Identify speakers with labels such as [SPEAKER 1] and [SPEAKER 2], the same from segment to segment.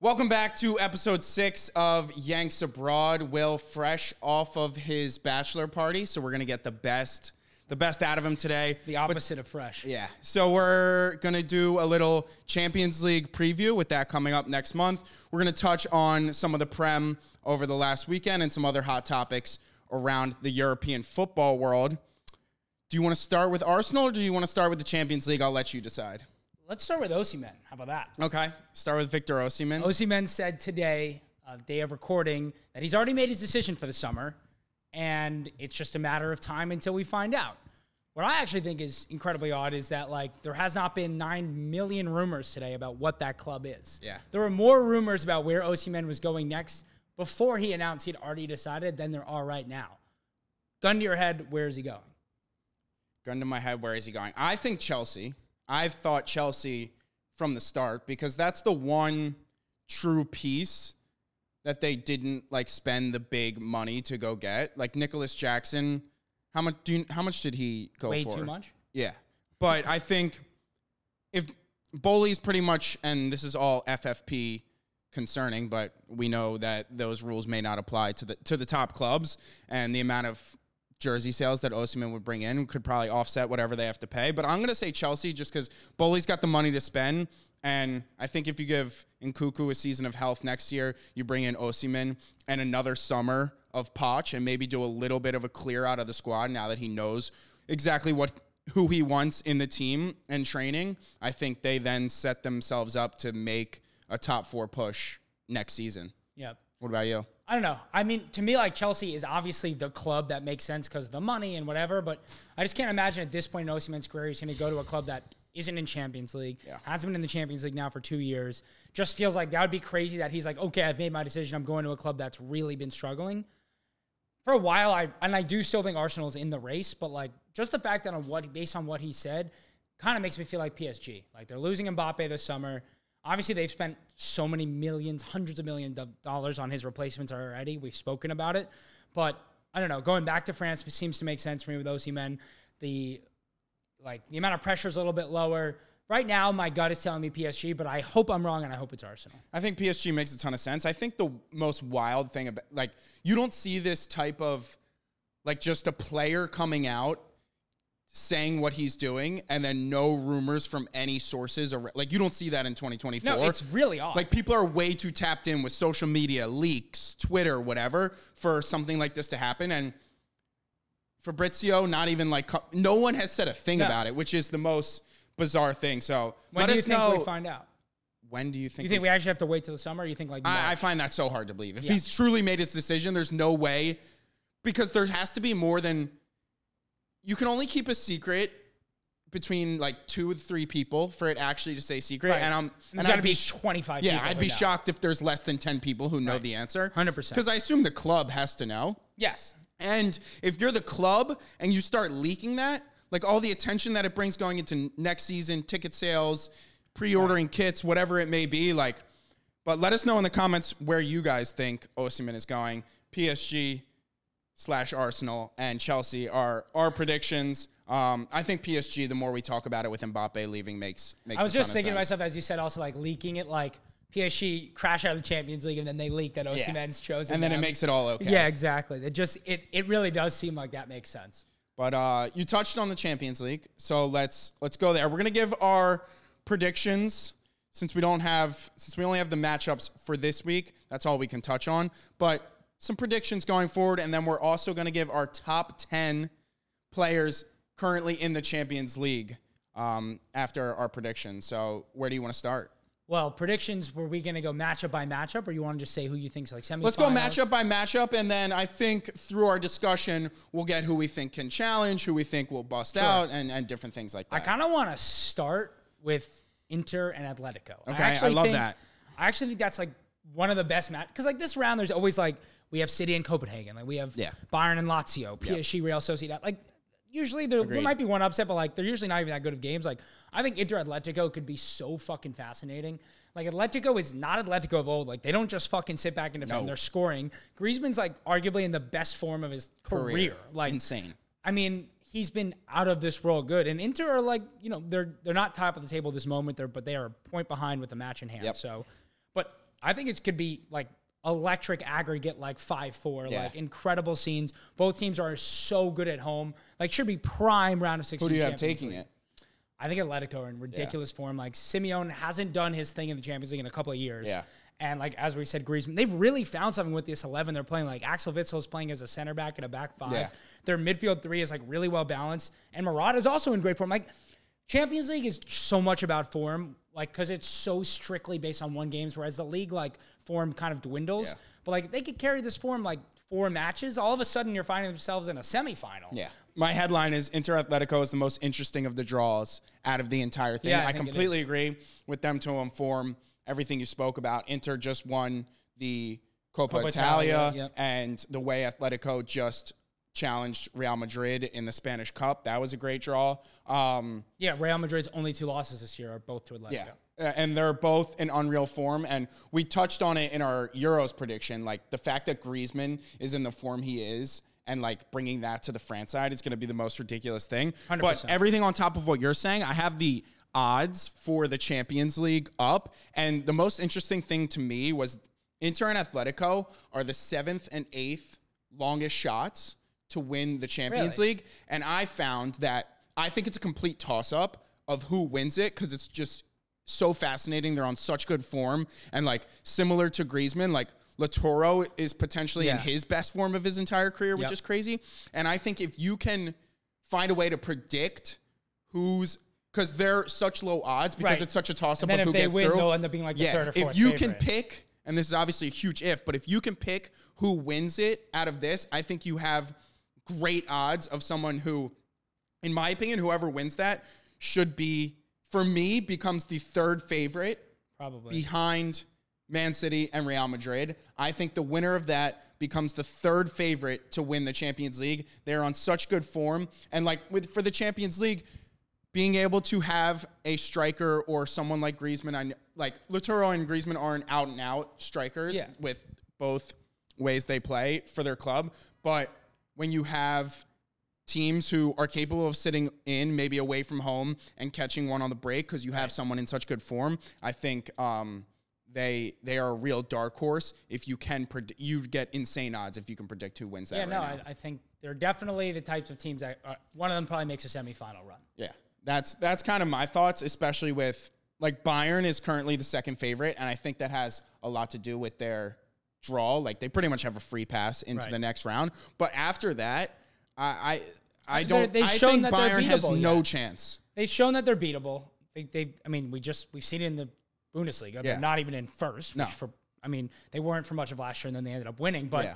[SPEAKER 1] Welcome back to episode six of Yanks Abroad. Will fresh off of his bachelor party, so we're gonna get the best, the best out of him today.
[SPEAKER 2] The opposite of fresh.
[SPEAKER 1] Yeah. So we're going to do a little Champions League preview with that coming up next month. We're going to touch on some of the Prem over the last weekend and some other hot topics around the European football world. Do you want to start with Arsenal or do you want to start with the Champions League? I'll let you decide.
[SPEAKER 2] Let's start with Osimen. How about that?
[SPEAKER 1] Okay. Oh, Start with Victor Osimhen.
[SPEAKER 2] Osimen said today, uh, day of recording, that he's already made his decision for the summer, and it's just a matter of time until we find out. What I actually think is incredibly odd is that like there has not been nine million rumors today about what that club is.
[SPEAKER 1] Yeah.
[SPEAKER 2] there were more rumors about where Osimen was going next before he announced he'd already decided than there are right now. Gun to your head, where is he going?
[SPEAKER 1] gun to my head, where is he going? I think Chelsea. I've thought Chelsea from the start because that's the one true piece that they didn't like spend the big money to go get. Like Nicholas Jackson, how much do you, how much did he go
[SPEAKER 2] Way
[SPEAKER 1] for?
[SPEAKER 2] too much.
[SPEAKER 1] Yeah. But I think if Bowley's pretty much, and this is all FFP concerning, but we know that those rules may not apply to the to the top clubs, and the amount of jersey sales that Osimhen would bring in could probably offset whatever they have to pay. But I'm going to say Chelsea just because Bowley's got the money to spend. And I think if you give Nkuku a season of health next year, you bring in Osimhen and another summer of Poch and maybe do a little bit of a clear out of the squad now that he knows exactly what who he wants in the team and training, I think they then set themselves up to make a top four push next season.
[SPEAKER 2] Yep.
[SPEAKER 1] What about you?
[SPEAKER 2] I don't know. I mean, to me, like Chelsea is obviously the club that makes sense because of the money and whatever. But I just can't imagine at this point in Osimhen's career he's going to go to a club that isn't in Champions League, hasn't been in the Champions League now for two years. Just feels like that would be crazy that he's like, okay, I've made my decision. I'm going to a club that's really been struggling for a while. I and I do still think Arsenal's in the race, but like just the fact that on what based on what he said, kind of makes me feel like PSG. Like they're losing Mbappe this summer. Obviously, they've spent so many millions, hundreds of millions of dollars on his replacements already. We've spoken about it, but I don't know. Going back to France seems to make sense for me with Osimhen. The like the amount of pressure is a little bit lower. Right now, my gut is telling me PSG, but I hope I'm wrong and I hope it's Arsenal.
[SPEAKER 1] I think PSG makes a ton of sense. I think the most wild thing about like you don't see this type of like just a player coming out saying what he's doing and then no rumors from any sources or like you don't see that in 2024.
[SPEAKER 2] No, it's really odd.
[SPEAKER 1] Like people are way too tapped in with social media, leaks, Twitter, whatever, for something like this to happen. And Fabrizio, not even like co- no one has said a thing
[SPEAKER 2] No.
[SPEAKER 1] about it, which is the most bizarre thing. So
[SPEAKER 2] when
[SPEAKER 1] let
[SPEAKER 2] do you
[SPEAKER 1] us
[SPEAKER 2] think
[SPEAKER 1] know
[SPEAKER 2] we find out?
[SPEAKER 1] when do you think,
[SPEAKER 2] You think
[SPEAKER 1] we
[SPEAKER 2] we actually have to wait till the summer? Or you think like
[SPEAKER 1] I, I
[SPEAKER 2] March?
[SPEAKER 1] find that so hard to believe. If he's truly made his decision, there's no way because there has to be more than you can only keep a secret between like two or three people for it actually to say secret.
[SPEAKER 2] Right.
[SPEAKER 1] And I'm
[SPEAKER 2] And there's
[SPEAKER 1] I'd
[SPEAKER 2] gotta be
[SPEAKER 1] sh-
[SPEAKER 2] 25
[SPEAKER 1] Yeah,
[SPEAKER 2] people
[SPEAKER 1] I'd
[SPEAKER 2] who
[SPEAKER 1] be
[SPEAKER 2] know.
[SPEAKER 1] shocked if there's less than ten people who know the answer.
[SPEAKER 2] 100%.
[SPEAKER 1] Because I assume the club has to know.
[SPEAKER 2] yes.
[SPEAKER 1] And if you're the club and you start leaking that, like all the attention that it brings going into next season, ticket sales, pre-ordering kits, whatever it may be, like. But let us know in the comments where you guys think Osimhen is going. PSG slash Arsenal and Chelsea are our predictions. Um, I think PSG. The more we talk about it with Mbappe leaving, makes makes.
[SPEAKER 2] I was
[SPEAKER 1] a ton
[SPEAKER 2] just
[SPEAKER 1] of
[SPEAKER 2] thinking to
[SPEAKER 1] sense.
[SPEAKER 2] myself, as you said, also like leaking it, like PSG crash out of the Champions League, and then they leak that Osimhen's chosen,
[SPEAKER 1] and then it
[SPEAKER 2] them.
[SPEAKER 1] makes it all okay.
[SPEAKER 2] yeah, exactly. It just it it really does seem like that makes sense.
[SPEAKER 1] But uh, you touched on the Champions League, so let's let's go there. We're gonna give our predictions since we don't have since we only have the matchups for this week. That's all we can touch on. But some predictions going forward, and then we're also gonna give our top ten players currently in the Champions League um, after our predictions. So where do you want to start?
[SPEAKER 2] Well, predictions were we going to go matchup by matchup, or you want to just say who you think's like semifinals?
[SPEAKER 1] Let's go matchup by matchup, and then I think through our discussion, we'll get who we think can challenge, who we think will bust out, and, and different things like that.
[SPEAKER 2] I kind of want to start with Inter and Atletico.
[SPEAKER 1] Okay, I love
[SPEAKER 2] think,
[SPEAKER 1] that.
[SPEAKER 2] I actually think that's like one of the best match because like this round, there's always like we have City and Copenhagen, like we have
[SPEAKER 1] Yeah.
[SPEAKER 2] Bayern and Lazio, PSG, Real Sociedad. Like usually there, there might be one upset, but like they're usually not even that good of games. Like I think Inter Atletico could be so fucking fascinating. Like Atletico is not Atletico of old. Like they don't just fucking sit back and defend.
[SPEAKER 1] No.
[SPEAKER 2] They're scoring. Griezmann's like arguably in the best form of his career. Like
[SPEAKER 1] Insane.
[SPEAKER 2] I mean, he's been out of this world good. And Inter are like, you know, they're they're not top of the table this moment. They're but they are a point behind with the match in hand.
[SPEAKER 1] Yep.
[SPEAKER 2] So, but I think it could be like electric aggregate, like five four,
[SPEAKER 1] Yeah.
[SPEAKER 2] like incredible scenes. Both teams are so good at home. Like should be prime round of sixteen.
[SPEAKER 1] Who do you have
[SPEAKER 2] Champions
[SPEAKER 1] taking
[SPEAKER 2] League.
[SPEAKER 1] it?
[SPEAKER 2] I think Atletico are in ridiculous form. Like Simeone hasn't done his thing in the Champions League in a couple of years.
[SPEAKER 1] Yeah.
[SPEAKER 2] And like as we said, Griezmann, they've really found something with this eleven they're playing. Like Axel Witzel's playing as a center back and a back five.
[SPEAKER 1] Yeah.
[SPEAKER 2] Their midfield three is like really well balanced, and Murata is also in great form. Like Champions League is so much about form, like because it's so strictly based on one games, whereas the league like form kind of dwindles.
[SPEAKER 1] Yeah.
[SPEAKER 2] But like they could carry this form like four matches. All of a sudden, you're finding themselves in a semifinal.
[SPEAKER 1] Yeah. My headline is Inter Atletico is the most interesting of the draws out of the entire thing.
[SPEAKER 2] Yeah, I
[SPEAKER 1] I,
[SPEAKER 2] think it
[SPEAKER 1] completely agree with them to inform everything you spoke about. Inter just won the Coppa,
[SPEAKER 2] Coppa
[SPEAKER 1] Italia,
[SPEAKER 2] Italia, yep.
[SPEAKER 1] and the way Atletico just challenged Real Madrid in the Spanish Cup. That was a great draw. Um,
[SPEAKER 2] Yeah. Real Madrid's only two losses this year are both to Atletico.
[SPEAKER 1] yeah. Uh, And they're both in unreal form. And we touched on it in our Euros prediction. Like the fact that Griezmann is in the form he is and like bringing that to the France side is going to be the most ridiculous thing. But
[SPEAKER 2] 100%.
[SPEAKER 1] everything on top of what you're saying, I have the odds for the Champions League up. And the most interesting thing to me was Inter and Atletico are the seventh and eighth longest shots to win the Champions
[SPEAKER 2] Really?
[SPEAKER 1] League. And I found that I think it's a complete toss up of who wins it because it's just so fascinating. They're on such good form. And like similar to Griezmann, like Latoro is potentially in
[SPEAKER 2] Yeah.
[SPEAKER 1] his best form of his entire career, which
[SPEAKER 2] Yep.
[SPEAKER 1] is crazy. And I think if you can find a way to predict who's because they're such low odds because
[SPEAKER 2] Right.
[SPEAKER 1] it's such a toss up
[SPEAKER 2] And
[SPEAKER 1] of
[SPEAKER 2] then if
[SPEAKER 1] who
[SPEAKER 2] they
[SPEAKER 1] gets
[SPEAKER 2] win,
[SPEAKER 1] through.
[SPEAKER 2] they'll end up being, like, the
[SPEAKER 1] yeah,
[SPEAKER 2] third or fourth
[SPEAKER 1] If you can
[SPEAKER 2] favorite.
[SPEAKER 1] pick, and this is obviously a huge if, but if you can pick who wins it out of this, I think you have great odds of someone who, in my opinion, whoever wins that should be, for me, becomes the third favorite
[SPEAKER 2] Probably.
[SPEAKER 1] behind Man City and Real Madrid. I think the winner of that becomes the third favorite to win the Champions League. They're on such good form and like with for the Champions League being able to have a striker or someone like Griezmann I kn- like Laturo and Griezmann aren't out and out strikers
[SPEAKER 2] Yeah.
[SPEAKER 1] with both ways they play for their club, but when you have teams who are capable of sitting in maybe away from home and catching one on the break because you have someone in such good form i think um, they they are a real dark horse if you can pred- you get insane odds if you can predict who wins that
[SPEAKER 2] Yeah,
[SPEAKER 1] right
[SPEAKER 2] no,
[SPEAKER 1] now.
[SPEAKER 2] I, I think they're definitely the types of teams that are, one of them probably makes a semifinal run.
[SPEAKER 1] yeah that's that's kind of my thoughts especially with like bayern is currently the second favorite and i think that has a lot to do with their draw like they pretty much have a free pass into
[SPEAKER 2] Right.
[SPEAKER 1] the next round but after that i i, I
[SPEAKER 2] They're-
[SPEAKER 1] don't
[SPEAKER 2] they've
[SPEAKER 1] i
[SPEAKER 2] shown
[SPEAKER 1] think
[SPEAKER 2] that they're
[SPEAKER 1] bayern has
[SPEAKER 2] beatable,
[SPEAKER 1] no
[SPEAKER 2] yeah.
[SPEAKER 1] chance
[SPEAKER 2] They've shown that they're beatable. They, they I mean, we just we've seen it in the Bundesliga. They're
[SPEAKER 1] Yeah.
[SPEAKER 2] not even in first.
[SPEAKER 1] No.
[SPEAKER 2] Which For I mean, they weren't for much of last year, and then they ended up winning. But
[SPEAKER 1] yeah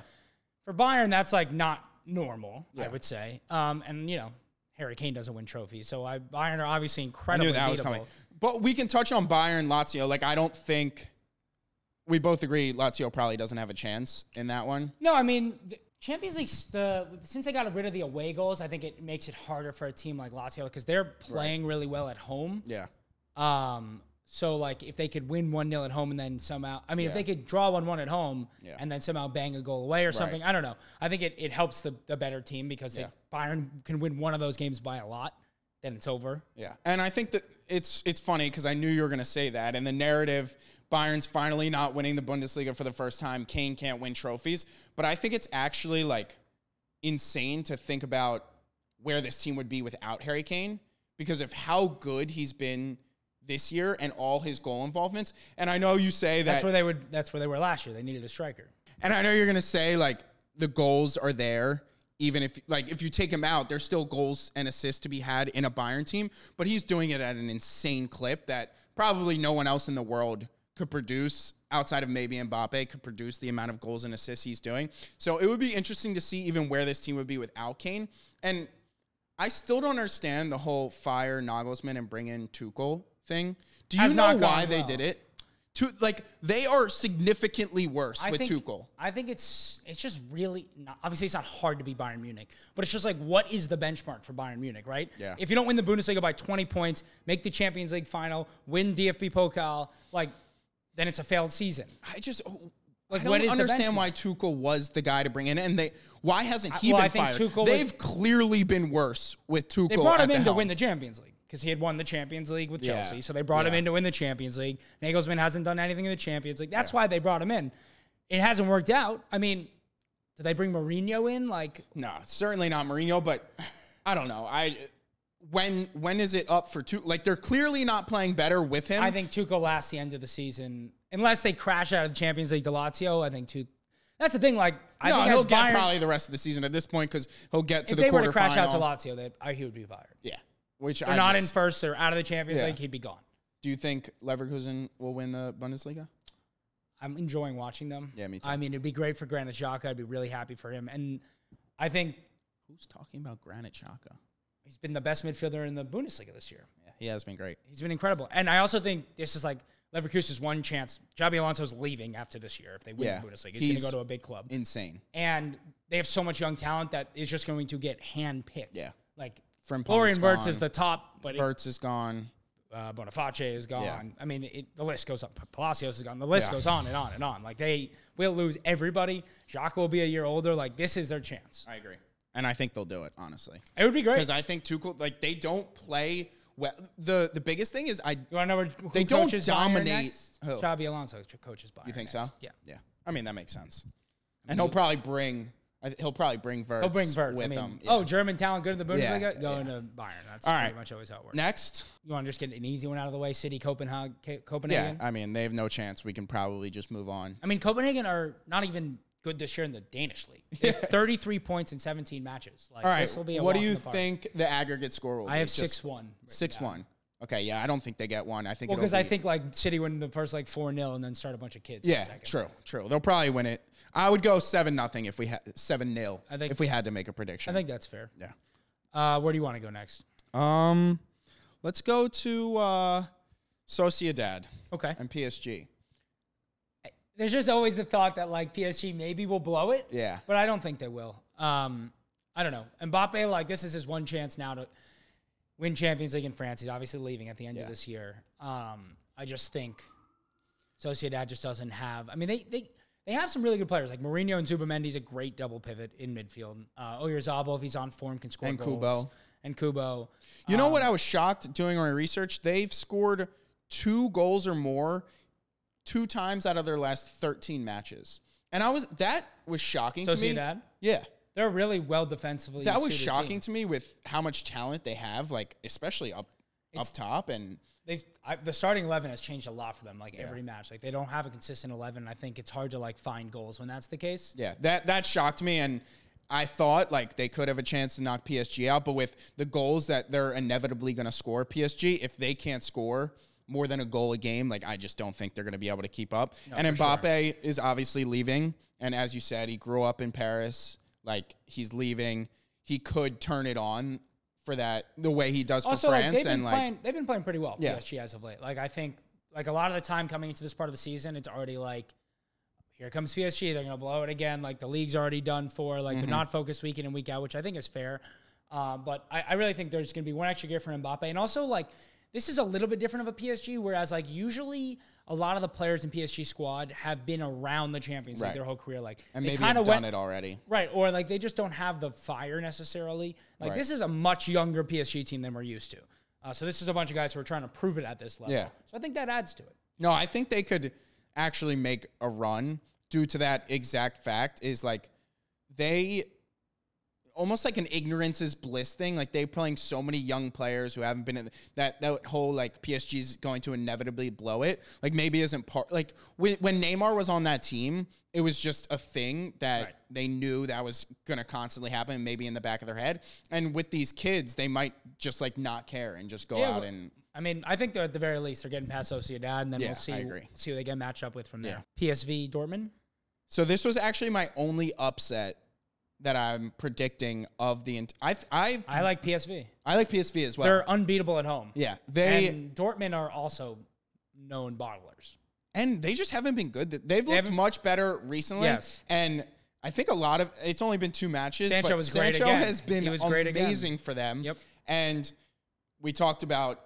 [SPEAKER 2] for Bayern, that's like not normal. I
[SPEAKER 1] Yeah.
[SPEAKER 2] would say. Um, and you know, Harry Kane doesn't win trophies, so I, Bayern are obviously
[SPEAKER 1] knew
[SPEAKER 2] incredibly
[SPEAKER 1] that
[SPEAKER 2] beatable.
[SPEAKER 1] was coming. But we can touch on Bayern Lazio. Like I don't think we both agree Lazio probably doesn't have a chance in that one.
[SPEAKER 2] No, I mean, the Champions League, the, since they got rid of the away goals, I think it makes it harder for a team like Lazio because they're playing really well at home.
[SPEAKER 1] Yeah.
[SPEAKER 2] Um, so like if they could win one 0 at home and then somehow, I mean, if
[SPEAKER 1] Yeah.
[SPEAKER 2] they could draw one one at home
[SPEAKER 1] Yeah.
[SPEAKER 2] and then somehow bang a goal away or something, I don't know. I think it, it helps the, the better team because
[SPEAKER 1] Yeah.
[SPEAKER 2] if Bayern can win one of those games by a lot, then it's over.
[SPEAKER 1] Yeah. And I think that it's it's funny because I knew you were gonna say that. And the narrative, Bayern's finally not winning the Bundesliga for the first time. Kane can't win trophies. But I think it's actually like insane to think about where this team would be without Harry Kane because of how good he's been this year and all his goal involvements. And I know you say that
[SPEAKER 2] That's where they would. That's where they were last year. They needed a striker.
[SPEAKER 1] And I know you're gonna say like the goals are there, even if like if you take him out, there's still goals and assists to be had in a Bayern team. But he's doing it at an insane clip that probably no one else in the world could produce outside of maybe Mbappe could produce the amount of goals and assists he's doing. So it would be interesting to see even where this team would be without Kane. And I still don't understand the whole fire Nagelsmann and bring in Tuchel thing. Do you
[SPEAKER 2] Has
[SPEAKER 1] know
[SPEAKER 2] not gone
[SPEAKER 1] why they
[SPEAKER 2] well.
[SPEAKER 1] did it? To, like they are significantly worse with
[SPEAKER 2] think,
[SPEAKER 1] Tuchel.
[SPEAKER 2] I think it's it's just really not, obviously it's not hard to be Bayern Munich, but it's just like what is the benchmark for Bayern Munich, right?
[SPEAKER 1] Yeah.
[SPEAKER 2] If you don't win the Bundesliga by 20 points, make the Champions League final, win DFB Pokal, like then it's a failed season.
[SPEAKER 1] I just oh, I
[SPEAKER 2] Like,
[SPEAKER 1] don't
[SPEAKER 2] what is the
[SPEAKER 1] understand
[SPEAKER 2] benchmark?
[SPEAKER 1] why Tuchel was the guy to bring in, and they why hasn't he
[SPEAKER 2] well, I
[SPEAKER 1] been
[SPEAKER 2] think
[SPEAKER 1] fired?
[SPEAKER 2] Tuchel
[SPEAKER 1] They've
[SPEAKER 2] would-
[SPEAKER 1] clearly been worse with Tuchel.
[SPEAKER 2] They brought
[SPEAKER 1] at
[SPEAKER 2] him
[SPEAKER 1] the
[SPEAKER 2] in to
[SPEAKER 1] helm.
[SPEAKER 2] win the Champions League because he had won the Champions League with
[SPEAKER 1] Yeah.
[SPEAKER 2] Chelsea. So they brought him
[SPEAKER 1] Yeah.
[SPEAKER 2] in to win the Champions League. Nagelsmann hasn't done anything in the Champions League. That's why they brought him in. It hasn't worked out. I mean, did they bring Mourinho in? Like,
[SPEAKER 1] No, certainly not Mourinho, but I don't know. I when when is it up for two? Like they're clearly not playing better with him.
[SPEAKER 2] I think Tuchel lasts the end of the season unless they crash out of the Champions League to Lazio. I think Tuchel. That's the thing. Like, I
[SPEAKER 1] no,
[SPEAKER 2] think
[SPEAKER 1] he'll
[SPEAKER 2] as
[SPEAKER 1] get
[SPEAKER 2] Bayern,
[SPEAKER 1] probably the rest of the season at this point because he'll get to
[SPEAKER 2] if
[SPEAKER 1] the
[SPEAKER 2] they were
[SPEAKER 1] quarterfinal.
[SPEAKER 2] to crash out to Lazio, they, I, he would be fired.
[SPEAKER 1] yeah, which
[SPEAKER 2] They're
[SPEAKER 1] I
[SPEAKER 2] not
[SPEAKER 1] just-
[SPEAKER 2] in first. They're out of the Champions
[SPEAKER 1] Yeah.
[SPEAKER 2] League. He'd be gone.
[SPEAKER 1] Do you think Leverkusen will win the Bundesliga?
[SPEAKER 2] I'm enjoying watching them.
[SPEAKER 1] Yeah, me too.
[SPEAKER 2] I mean, it'd be great for Granit Xhaka. I'd be really happy for him. And I think
[SPEAKER 1] Who's talking about Granit Xhaka?
[SPEAKER 2] he's been the best midfielder in the Bundesliga this year.
[SPEAKER 1] Yeah, he has been great.
[SPEAKER 2] He's been incredible. And I also think this is like Leverkusen's one chance. Javi Alonso's leaving after this year if they win
[SPEAKER 1] Yeah,
[SPEAKER 2] the Bundesliga. He's, going
[SPEAKER 1] he's-
[SPEAKER 2] to go to a big club.
[SPEAKER 1] Insane.
[SPEAKER 2] and they have so much young talent that is just going to get handpicked.
[SPEAKER 1] Yeah.
[SPEAKER 2] Like
[SPEAKER 1] From
[SPEAKER 2] Florian
[SPEAKER 1] Pong's
[SPEAKER 2] Wirtz
[SPEAKER 1] gone.
[SPEAKER 2] is the top, but it,
[SPEAKER 1] Verts is gone.
[SPEAKER 2] uh, Boniface is gone.
[SPEAKER 1] Yeah.
[SPEAKER 2] I mean, it, the list goes up. Palacios is gone. The list
[SPEAKER 1] Yeah.
[SPEAKER 2] goes on and on and on. Like they will lose everybody. Jacques will be a year older. Like this is their chance.
[SPEAKER 1] I agree, and I think they'll do it honestly
[SPEAKER 2] It would be great.
[SPEAKER 1] because I think Tuchel like they don't play well. the The biggest thing is I
[SPEAKER 2] you want to know where, who
[SPEAKER 1] They don't
[SPEAKER 2] coaches Bayern
[SPEAKER 1] dominate-
[SPEAKER 2] next?
[SPEAKER 1] who?
[SPEAKER 2] Xabi Alonso coaches Bayern.
[SPEAKER 1] You think
[SPEAKER 2] next.
[SPEAKER 1] so?
[SPEAKER 2] Yeah.
[SPEAKER 1] Yeah. I mean, that makes sense. And he'll probably bring. I th- He'll probably bring Verts.
[SPEAKER 2] He'll bring Verts. I
[SPEAKER 1] with
[SPEAKER 2] mean,
[SPEAKER 1] him. Yeah.
[SPEAKER 2] oh, German talent good in the Bundesliga,
[SPEAKER 1] Yeah,
[SPEAKER 2] going to Bayern. That's
[SPEAKER 1] All right.
[SPEAKER 2] pretty much always how it works.
[SPEAKER 1] next.
[SPEAKER 2] you want to just get an easy one out of the way? City, Copenhagen,
[SPEAKER 1] Yeah,
[SPEAKER 2] Copenhagen.
[SPEAKER 1] I mean, they have no chance. We can probably just move on.
[SPEAKER 2] I mean, Copenhagen are not even good this year in the Danish league. They have 33 points in 17 matches. Like,
[SPEAKER 1] All right.
[SPEAKER 2] this will be a
[SPEAKER 1] What do
[SPEAKER 2] walk in
[SPEAKER 1] you
[SPEAKER 2] the park.
[SPEAKER 1] think the aggregate score will be?
[SPEAKER 2] I have
[SPEAKER 1] Just
[SPEAKER 2] six one.
[SPEAKER 1] six one. Okay. Yeah, I don't think they get one. I think.
[SPEAKER 2] Well,
[SPEAKER 1] it'll
[SPEAKER 2] because I
[SPEAKER 1] be-
[SPEAKER 2] think like City win the first like four 0 and then start a bunch of kids. in the
[SPEAKER 1] Yeah.
[SPEAKER 2] second.
[SPEAKER 1] True. True. They'll probably win it. I would go seven nothing if we had seven nil.
[SPEAKER 2] I think-
[SPEAKER 1] if we had to make a prediction.
[SPEAKER 2] I think that's fair.
[SPEAKER 1] Yeah.
[SPEAKER 2] Uh, where do you want to go next?
[SPEAKER 1] Um, let's go to uh, Sociedad
[SPEAKER 2] Okay.
[SPEAKER 1] and PSG.
[SPEAKER 2] There's just always the thought that like PSG maybe will blow it.
[SPEAKER 1] Yeah.
[SPEAKER 2] But I don't think they will. Um, I don't know. Mbappe, like this is his one chance now to win Champions League in France. He's obviously leaving at the end
[SPEAKER 1] Yeah.
[SPEAKER 2] of this year. Um, I just think Sociedad just doesn't have. I mean, they they they have some really good players like Mourinho and Zubamendi's a great double pivot in midfield. Uh, Oyarzabal, if he's on form, can score
[SPEAKER 1] And
[SPEAKER 2] goals.
[SPEAKER 1] Kubo.
[SPEAKER 2] And Kubo.
[SPEAKER 1] You know
[SPEAKER 2] Um,
[SPEAKER 1] what I was shocked doing my research? They've scored two goals or more two times out of their last 13 matches. And I was that was shocking to me.
[SPEAKER 2] Sociedad?
[SPEAKER 1] Yeah.
[SPEAKER 2] They're really well defensively.
[SPEAKER 1] That was
[SPEAKER 2] suited
[SPEAKER 1] shocking
[SPEAKER 2] team.
[SPEAKER 1] to me with how much talent they have, like especially up up top and
[SPEAKER 2] they've I, the starting eleven has changed a lot for them. Like every match, like they don't have a consistent eleven. I think it's hard to like find goals when that's the case.
[SPEAKER 1] yeah, that that shocked me and I thought like they could have a chance to knock PSG out, but with the goals that they're inevitably going to score PSG, if they can't score more than a goal a game, like I just don't think they're going to be able to keep up. and
[SPEAKER 2] for sure.
[SPEAKER 1] Mbappe is obviously leaving, and as you said, he grew up in Paris. Like he's leaving, he could turn it on for that the way he does for
[SPEAKER 2] Also, like
[SPEAKER 1] France,
[SPEAKER 2] they've been
[SPEAKER 1] and like
[SPEAKER 2] playing, they've been playing pretty well.
[SPEAKER 1] Yeah.
[SPEAKER 2] PSG as of late. Like I think, like a lot of the time coming into this part of the season, it's already like. Here comes PSG. They're gonna blow it again. Like the league's already done for. Like
[SPEAKER 1] Mm-hmm.
[SPEAKER 2] they're not focused week in and week out, which I think is fair. Uh, but I, I really think there's gonna be one extra gear for Mbappe, and also like this is a little bit different of a PSG. Whereas like usually a lot of the players in PSG squad have been around the Champions
[SPEAKER 1] Right.
[SPEAKER 2] League their whole career. Like
[SPEAKER 1] and
[SPEAKER 2] they
[SPEAKER 1] maybe have
[SPEAKER 2] kinda
[SPEAKER 1] done it
[SPEAKER 2] went-
[SPEAKER 1] already.
[SPEAKER 2] Right, or like they just don't have the fire necessarily. Like
[SPEAKER 1] Right.
[SPEAKER 2] this is a much younger PSG team than we're used to. Uh, so this is a bunch of guys who are trying to prove it at this level.
[SPEAKER 1] Yeah.
[SPEAKER 2] So I think that adds to it.
[SPEAKER 1] No, I think they could actually make a run due to that exact fact is like they almost like an ignorance is bliss thing. Like they playing so many young players who haven't been in that that whole like PSG's going to inevitably blow it. Like maybe isn't part like when, when Neymar was on that team, it was just a thing that
[SPEAKER 2] Right.
[SPEAKER 1] they knew that was gonna constantly happen, maybe in the back of their head. And with these kids, they might just like not care and just go
[SPEAKER 2] Yeah,
[SPEAKER 1] out
[SPEAKER 2] well-
[SPEAKER 1] and
[SPEAKER 2] I mean, I think they're at the very least they're getting past Sociedad, and then
[SPEAKER 1] Yeah,
[SPEAKER 2] we'll see
[SPEAKER 1] I agree.
[SPEAKER 2] see who they get matched up with from there. PSV Dortmund.
[SPEAKER 1] So this was actually my only upset that I'm predicting of the. Ent- I've, I've
[SPEAKER 2] I like PSV.
[SPEAKER 1] I like PSV as well.
[SPEAKER 2] They're unbeatable at home.
[SPEAKER 1] Mm-hmm. yeah, they and,
[SPEAKER 2] and Dortmund are also known bottlers.
[SPEAKER 1] they just haven't been good. They've looked
[SPEAKER 2] haven't-
[SPEAKER 1] much better recently.
[SPEAKER 2] Yes.
[SPEAKER 1] and I think a lot of it's only been two matches.
[SPEAKER 2] Sancho
[SPEAKER 1] but
[SPEAKER 2] was great
[SPEAKER 1] Sancho
[SPEAKER 2] again.
[SPEAKER 1] has been
[SPEAKER 2] He was great again.
[SPEAKER 1] amazing for them.
[SPEAKER 2] Yep.
[SPEAKER 1] and we talked about.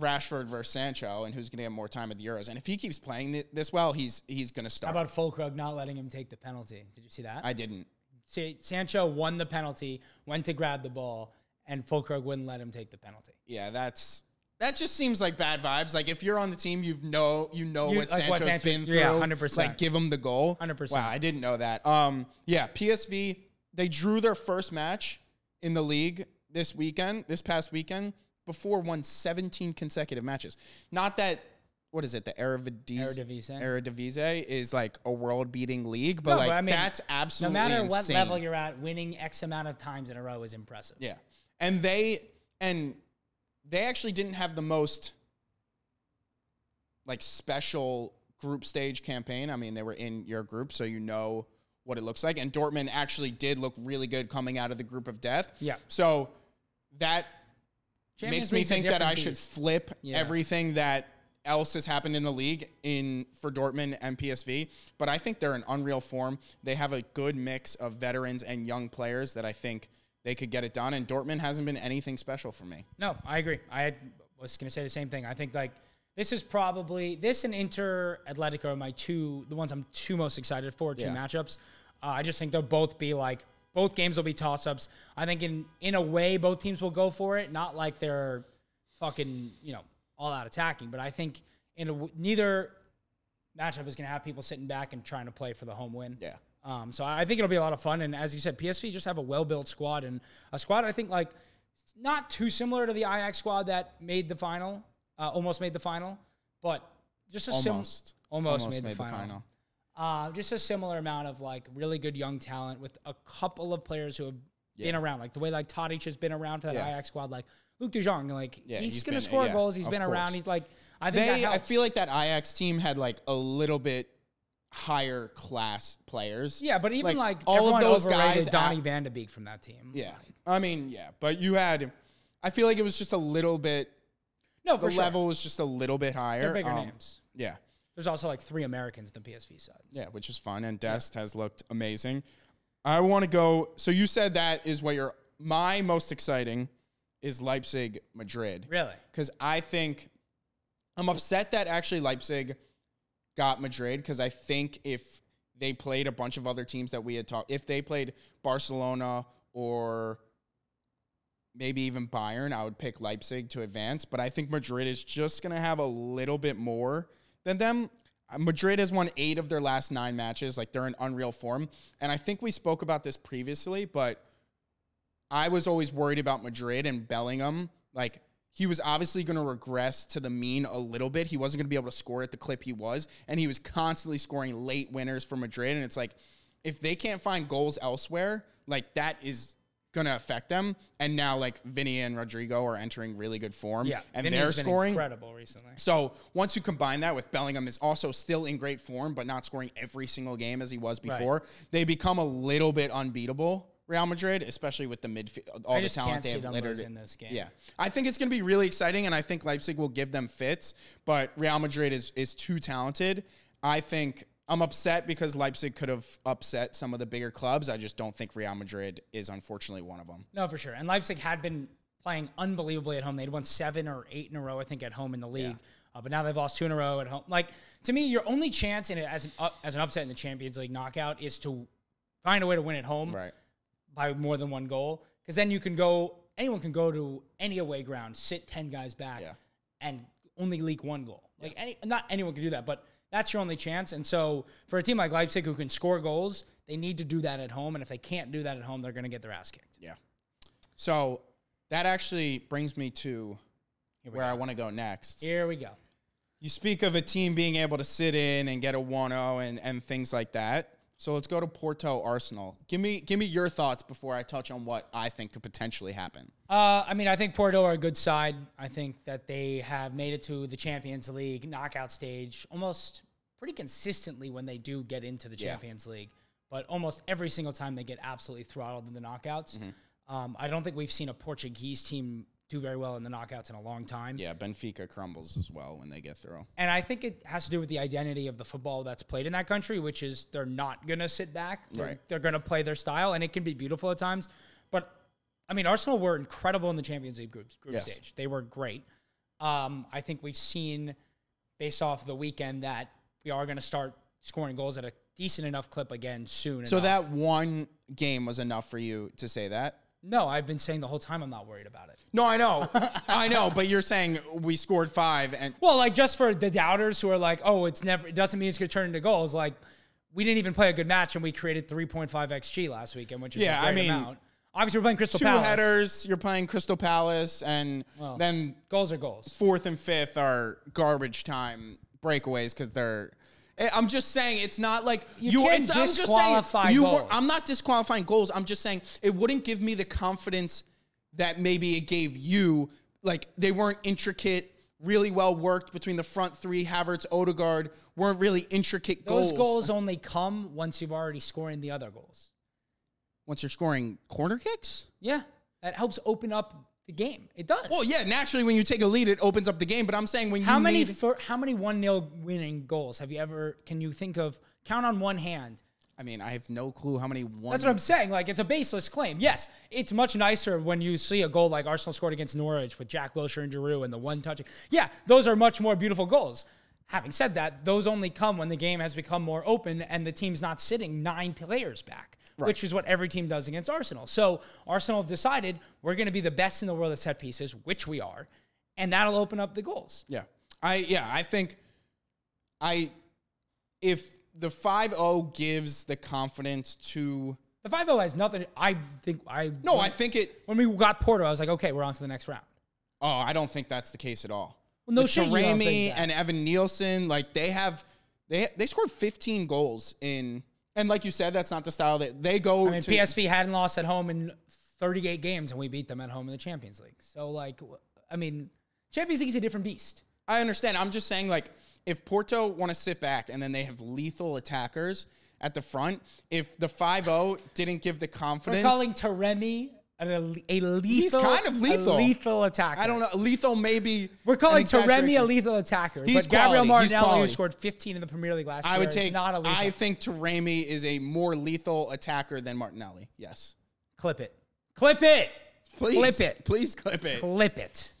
[SPEAKER 1] Rashford versus Sancho, and who's going to get more time at the Euros? And if he keeps playing thi- this well, he's he's going to start.
[SPEAKER 2] How about Fulkrug not letting him take the penalty? Did you see that?
[SPEAKER 1] I didn't.
[SPEAKER 2] Sa- Sancho won the penalty, went to grab the ball, and Fulkrug wouldn't let him take the penalty.
[SPEAKER 1] Yeah, that's That just seems like bad vibes. Like if you're on the team, you know you know
[SPEAKER 2] You-
[SPEAKER 1] what
[SPEAKER 2] like
[SPEAKER 1] Sancho's
[SPEAKER 2] what Sancho-
[SPEAKER 1] been through.
[SPEAKER 2] yeah, 100%.
[SPEAKER 1] Like give him the goal.
[SPEAKER 2] 100%.
[SPEAKER 1] Wow, I didn't know that. Um, yeah, PSV they drew their first match in the league this weekend, this past weekend. Before won 17 consecutive matches. Not that what is it? The Eredivisie.
[SPEAKER 2] Eredivisie.
[SPEAKER 1] Eredivisie is like a world-beating league, but like that's
[SPEAKER 2] No
[SPEAKER 1] absolutely
[SPEAKER 2] matter what
[SPEAKER 1] insane.
[SPEAKER 2] level you're at, winning X amount of times in a row is impressive.
[SPEAKER 1] Yeah. And they and they actually didn't have the most like special group stage campaign. I mean, they were in your group, so you know what it looks like. And Dortmund actually did look really good coming out of the group of death.
[SPEAKER 2] Yeah.
[SPEAKER 1] So that makes
[SPEAKER 2] Champions
[SPEAKER 1] me
[SPEAKER 2] League's a
[SPEAKER 1] think that
[SPEAKER 2] different
[SPEAKER 1] I should
[SPEAKER 2] beast.
[SPEAKER 1] flip
[SPEAKER 2] Yeah.
[SPEAKER 1] everything that else has happened in the league in for Dortmund and PSV. But I think they're in unreal form. They have a good mix of veterans and young players that I think they could get it done. And Dortmund hasn't been anything special for me.
[SPEAKER 2] No, I agree. I was going to say the same thing. I think like this is probably this and Inter Atletico are my two the ones I'm two most excited for two
[SPEAKER 1] Yeah.
[SPEAKER 2] matchups. Uh, I just think they'll both be like both games will be toss ups. I think in in a way both teams will go for it, not like they're fucking you know all out attacking, but I think in a, w- neither matchup is going to have people sitting back and trying to play for the home win.
[SPEAKER 1] Yeah.
[SPEAKER 2] Um, so I I think it'll be a lot of fun. And as you said, PSV just have a well built squad and a squad I think like not too similar to the Ajax squad that made the final, uh, almost made the final, but just a similar
[SPEAKER 1] Almost.
[SPEAKER 2] almost, made, the final. Uh, just a similar amount of like really good young talent with a couple of players who have been
[SPEAKER 1] Yeah.
[SPEAKER 2] around, like the way like Tadic has been around for that
[SPEAKER 1] Yeah.
[SPEAKER 2] Ajax squad, like Luke De Jong, like
[SPEAKER 1] Yeah,
[SPEAKER 2] he's,
[SPEAKER 1] he's
[SPEAKER 2] gonna
[SPEAKER 1] been-
[SPEAKER 2] score
[SPEAKER 1] yeah,
[SPEAKER 2] goals. He's
[SPEAKER 1] of
[SPEAKER 2] been
[SPEAKER 1] course.
[SPEAKER 2] around. He's like I think that
[SPEAKER 1] They, I
[SPEAKER 2] helps.
[SPEAKER 1] feel like that Ajax team had like a little bit higher class players.
[SPEAKER 2] yeah, but even like,
[SPEAKER 1] all of
[SPEAKER 2] everyone
[SPEAKER 1] those
[SPEAKER 2] overrated
[SPEAKER 1] guys
[SPEAKER 2] Donny Van de Beek from that team.
[SPEAKER 1] Yeah. I mean, yeah, but you had I feel like it was just a little bit
[SPEAKER 2] no,
[SPEAKER 1] the
[SPEAKER 2] for sure.
[SPEAKER 1] level was just a little bit higher.
[SPEAKER 2] They're bigger
[SPEAKER 1] Um,
[SPEAKER 2] names.
[SPEAKER 1] Yeah.
[SPEAKER 2] There's also like three Americans in the PSV side.
[SPEAKER 1] Yeah, which is fun and Dest has looked amazing. I want to go so you said that is what your my most exciting is Leipzig Madrid.
[SPEAKER 2] Really?
[SPEAKER 1] Cuz I think I'm upset that actually Leipzig got Madrid cuz I think if they played a bunch of other teams that we had talked if they played Barcelona or maybe even Bayern, I would pick Leipzig to advance. But I think Madrid is just going to have a little bit more than them. Uh, Madrid has won eight of their last nine matches. Like they're in unreal form. And I think we spoke about this previously, but I was always worried about Madrid and Bellingham. Like, he was obviously going to regress to the mean a little bit. He wasn't going to be able to score at the clip he was, and he was constantly scoring late winners for Madrid. And it's like, if they can't find goals elsewhere, like that is going to affect them. And now, like Vinny and Rodrigo are entering really good form,
[SPEAKER 2] Yeah,
[SPEAKER 1] and
[SPEAKER 2] Vinny's
[SPEAKER 1] they're
[SPEAKER 2] been
[SPEAKER 1] scoring.
[SPEAKER 2] incredible recently.
[SPEAKER 1] So once you combine that with Bellingham is also still in great form, but not scoring every single game as he was before, they become a little bit unbeatable. Real Madrid, especially with the midfield, all
[SPEAKER 2] I
[SPEAKER 1] the
[SPEAKER 2] just
[SPEAKER 1] talent
[SPEAKER 2] can't
[SPEAKER 1] they
[SPEAKER 2] see
[SPEAKER 1] have
[SPEAKER 2] them
[SPEAKER 1] littered.
[SPEAKER 2] losing this game.
[SPEAKER 1] Yeah, I think it's going to be really exciting, and I think Leipzig will give them fits. But Real Madrid is is too talented. I think I'm upset because Leipzig could have upset some of the bigger clubs. I just don't think Real Madrid is unfortunately one of them.
[SPEAKER 2] No, for sure. And Leipzig had been playing unbelievably at home. They'd won seven or eight in a row, I think, at home in the league. Uh, but now they've lost two in a row at home. Like to me, your only chance in it as an up, as an upset in the Champions League knockout is to find a way to win at home
[SPEAKER 1] Right.
[SPEAKER 2] by more than one goal, because then you can go. Anyone can go to any away ground, sit ten guys back,
[SPEAKER 1] Yeah.
[SPEAKER 2] and only leak one goal. Like any, not anyone can do that, but that's your only chance. And so for a team like Leipzig who can score goals, they need to do that at home. And if they can't do that at home, they're going to get their ass kicked.
[SPEAKER 1] Yeah. So that actually brings me to
[SPEAKER 2] Here we
[SPEAKER 1] where
[SPEAKER 2] go.
[SPEAKER 1] I want to go next.
[SPEAKER 2] Here we go.
[SPEAKER 1] you speak of a team being able to sit in and get a 1-0 and, and things like that. So let's go to Porto Arsenal. Give me give me your thoughts before I touch on what I think could potentially happen.
[SPEAKER 2] Uh, I mean, I think Porto are a good side. I think that they have made it to the Champions League knockout stage almost pretty consistently when they do get into the
[SPEAKER 1] Yeah.
[SPEAKER 2] Champions League, but almost every single time they get absolutely throttled in the knockouts. Um, I don't think we've seen a Portuguese team do very well in the knockouts in a long time.
[SPEAKER 1] Yeah, Benfica crumbles as well when they get through.
[SPEAKER 2] And I think it has to do with the identity of the football that's played in that country, which is they're not going to sit back. They're,
[SPEAKER 1] Right.
[SPEAKER 2] they're going to play their style, and it can be beautiful at times. But I mean, Arsenal were incredible in the Champions League group, group
[SPEAKER 1] Yes.
[SPEAKER 2] stage. They were great. Um, I think we've seen, based off the weekend, that we are going to start scoring goals at a decent enough clip again soon.
[SPEAKER 1] So
[SPEAKER 2] enough.
[SPEAKER 1] that one game was enough for you to say that?
[SPEAKER 2] No, I've been saying the whole time I'm not worried about it.
[SPEAKER 1] No, I know, I know. But you're saying we scored five, and
[SPEAKER 2] Well, like just for the doubters who are like, oh, it's never, it doesn't mean it's going to turn into goals. Like, we didn't even play a good match and we created 3.5 XG last weekend, which is
[SPEAKER 1] Yeah,
[SPEAKER 2] a
[SPEAKER 1] I
[SPEAKER 2] great
[SPEAKER 1] mean,
[SPEAKER 2] amount. Obviously, we're playing Crystal
[SPEAKER 1] two
[SPEAKER 2] Palace.
[SPEAKER 1] headers. You're playing Crystal Palace, and then
[SPEAKER 2] Goals are goals.
[SPEAKER 1] fourth and fifth are garbage time breakaways because they're. I- I'm just saying it's not like you.
[SPEAKER 2] can't
[SPEAKER 1] it's- I'm just saying
[SPEAKER 2] disqualify
[SPEAKER 1] you
[SPEAKER 2] goals.
[SPEAKER 1] Were, I'm not disqualifying goals. I'm just saying it wouldn't give me the confidence that maybe it gave you. Like they weren't intricate, really well worked between the front three. Havertz, Odegaard weren't really intricate
[SPEAKER 2] Those
[SPEAKER 1] goals.
[SPEAKER 2] goals only come once you've already scored in the other goals.
[SPEAKER 1] Once you're scoring corner kicks.
[SPEAKER 2] Yeah, that helps open up the game. It does.
[SPEAKER 1] Well, yeah, naturally when you take a lead, it opens up the game. But I'm saying when
[SPEAKER 2] How
[SPEAKER 1] you
[SPEAKER 2] many
[SPEAKER 1] need-
[SPEAKER 2] fir- how many one 0 winning goals have you ever can you think of? Count on one hand.
[SPEAKER 1] I mean, I have no clue how many one.
[SPEAKER 2] That's what I'm saying. Like it's a baseless claim. Yes, it's much nicer when you see a goal like Arsenal scored against Norwich with Jack Wilshere and Giroud and the one touch. Yeah, those are much more beautiful goals. Having said that, those only come when the game has become more open and the team's not sitting nine players back, which is what every team does against Arsenal. So Arsenal have decided we're going to be the best in the world at set pieces, which we are, and that'll open up the goals.
[SPEAKER 1] Yeah. I yeah, I think I if the 5-0 gives the confidence to
[SPEAKER 2] The 5-0 has nothing. I think I
[SPEAKER 1] No, I think it
[SPEAKER 2] when we got Porto, I was like, okay, we're on to the next round.
[SPEAKER 1] Oh, I don't think that's the case at all.
[SPEAKER 2] Well, no
[SPEAKER 1] The
[SPEAKER 2] shit you don't
[SPEAKER 1] Taremi
[SPEAKER 2] think that.
[SPEAKER 1] and Evan Nielsen, like they have they they scored 15 goals in and like you said that's not the style that they go
[SPEAKER 2] I mean,
[SPEAKER 1] to
[SPEAKER 2] PSV hadn't lost at home in 38 games, and we beat them at home in the Champions League. So, like, w- I mean, Champions League is a different beast.
[SPEAKER 1] I understand. I'm just saying, like, if Porto want to sit back and then they have lethal attackers at the front, if the 5 didn't give the
[SPEAKER 2] We're
[SPEAKER 1] confidence,
[SPEAKER 2] calling Taremi an, el- a lethal,
[SPEAKER 1] kind of
[SPEAKER 2] a
[SPEAKER 1] lethal.
[SPEAKER 2] lethal attacker.
[SPEAKER 1] I don't know, lethal maybe.
[SPEAKER 2] We're calling
[SPEAKER 1] an exaggeration.
[SPEAKER 2] Taremi a lethal attacker,
[SPEAKER 1] He's
[SPEAKER 2] but Gabriel
[SPEAKER 1] quality. He's
[SPEAKER 2] Martinelli, who
[SPEAKER 1] quality.
[SPEAKER 2] scored 15 in the Premier League last
[SPEAKER 1] I
[SPEAKER 2] year,
[SPEAKER 1] would
[SPEAKER 2] is
[SPEAKER 1] take.
[SPEAKER 2] not a lethal.
[SPEAKER 1] I think Taremi is a more lethal attacker than Martinelli. Yes,
[SPEAKER 2] clip it, clip it,
[SPEAKER 1] please
[SPEAKER 2] Clip it.
[SPEAKER 1] Please clip it.
[SPEAKER 2] clip it.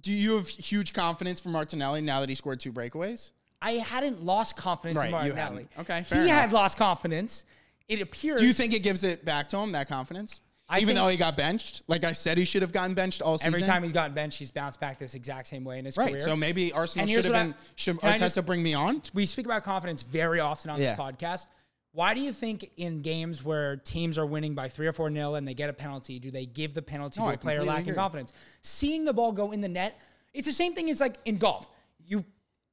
[SPEAKER 1] Do you have huge confidence for Martinelli now that he scored two breakaways?
[SPEAKER 2] I hadn't lost confidence
[SPEAKER 1] Right,
[SPEAKER 2] in
[SPEAKER 1] you
[SPEAKER 2] Martinelli.
[SPEAKER 1] hadn't. Okay,
[SPEAKER 2] he
[SPEAKER 1] fair enough.
[SPEAKER 2] had lost confidence. It appears.
[SPEAKER 1] Do you think it gives it back to him that confidence?
[SPEAKER 2] I
[SPEAKER 1] Even
[SPEAKER 2] think-
[SPEAKER 1] though he got benched, like I said, he should have gotten benched all season.
[SPEAKER 2] every time he's gotten benched, he's bounced back this exact same way in his
[SPEAKER 1] right.
[SPEAKER 2] career?
[SPEAKER 1] So maybe Arsenal
[SPEAKER 2] And
[SPEAKER 1] should
[SPEAKER 2] here's
[SPEAKER 1] have
[SPEAKER 2] what I-
[SPEAKER 1] been. should
[SPEAKER 2] can I
[SPEAKER 1] Arteta
[SPEAKER 2] just-
[SPEAKER 1] bring me on?
[SPEAKER 2] we speak about confidence very often on
[SPEAKER 1] Yeah.
[SPEAKER 2] this podcast. Why do you think in games where teams are winning by three or four nil and they get a penalty, do they give the penalty
[SPEAKER 1] No,
[SPEAKER 2] to
[SPEAKER 1] I
[SPEAKER 2] a player
[SPEAKER 1] completely
[SPEAKER 2] lacking
[SPEAKER 1] agree.
[SPEAKER 2] confidence? Seeing the ball go in the net, it's the same thing. It's like in golf. You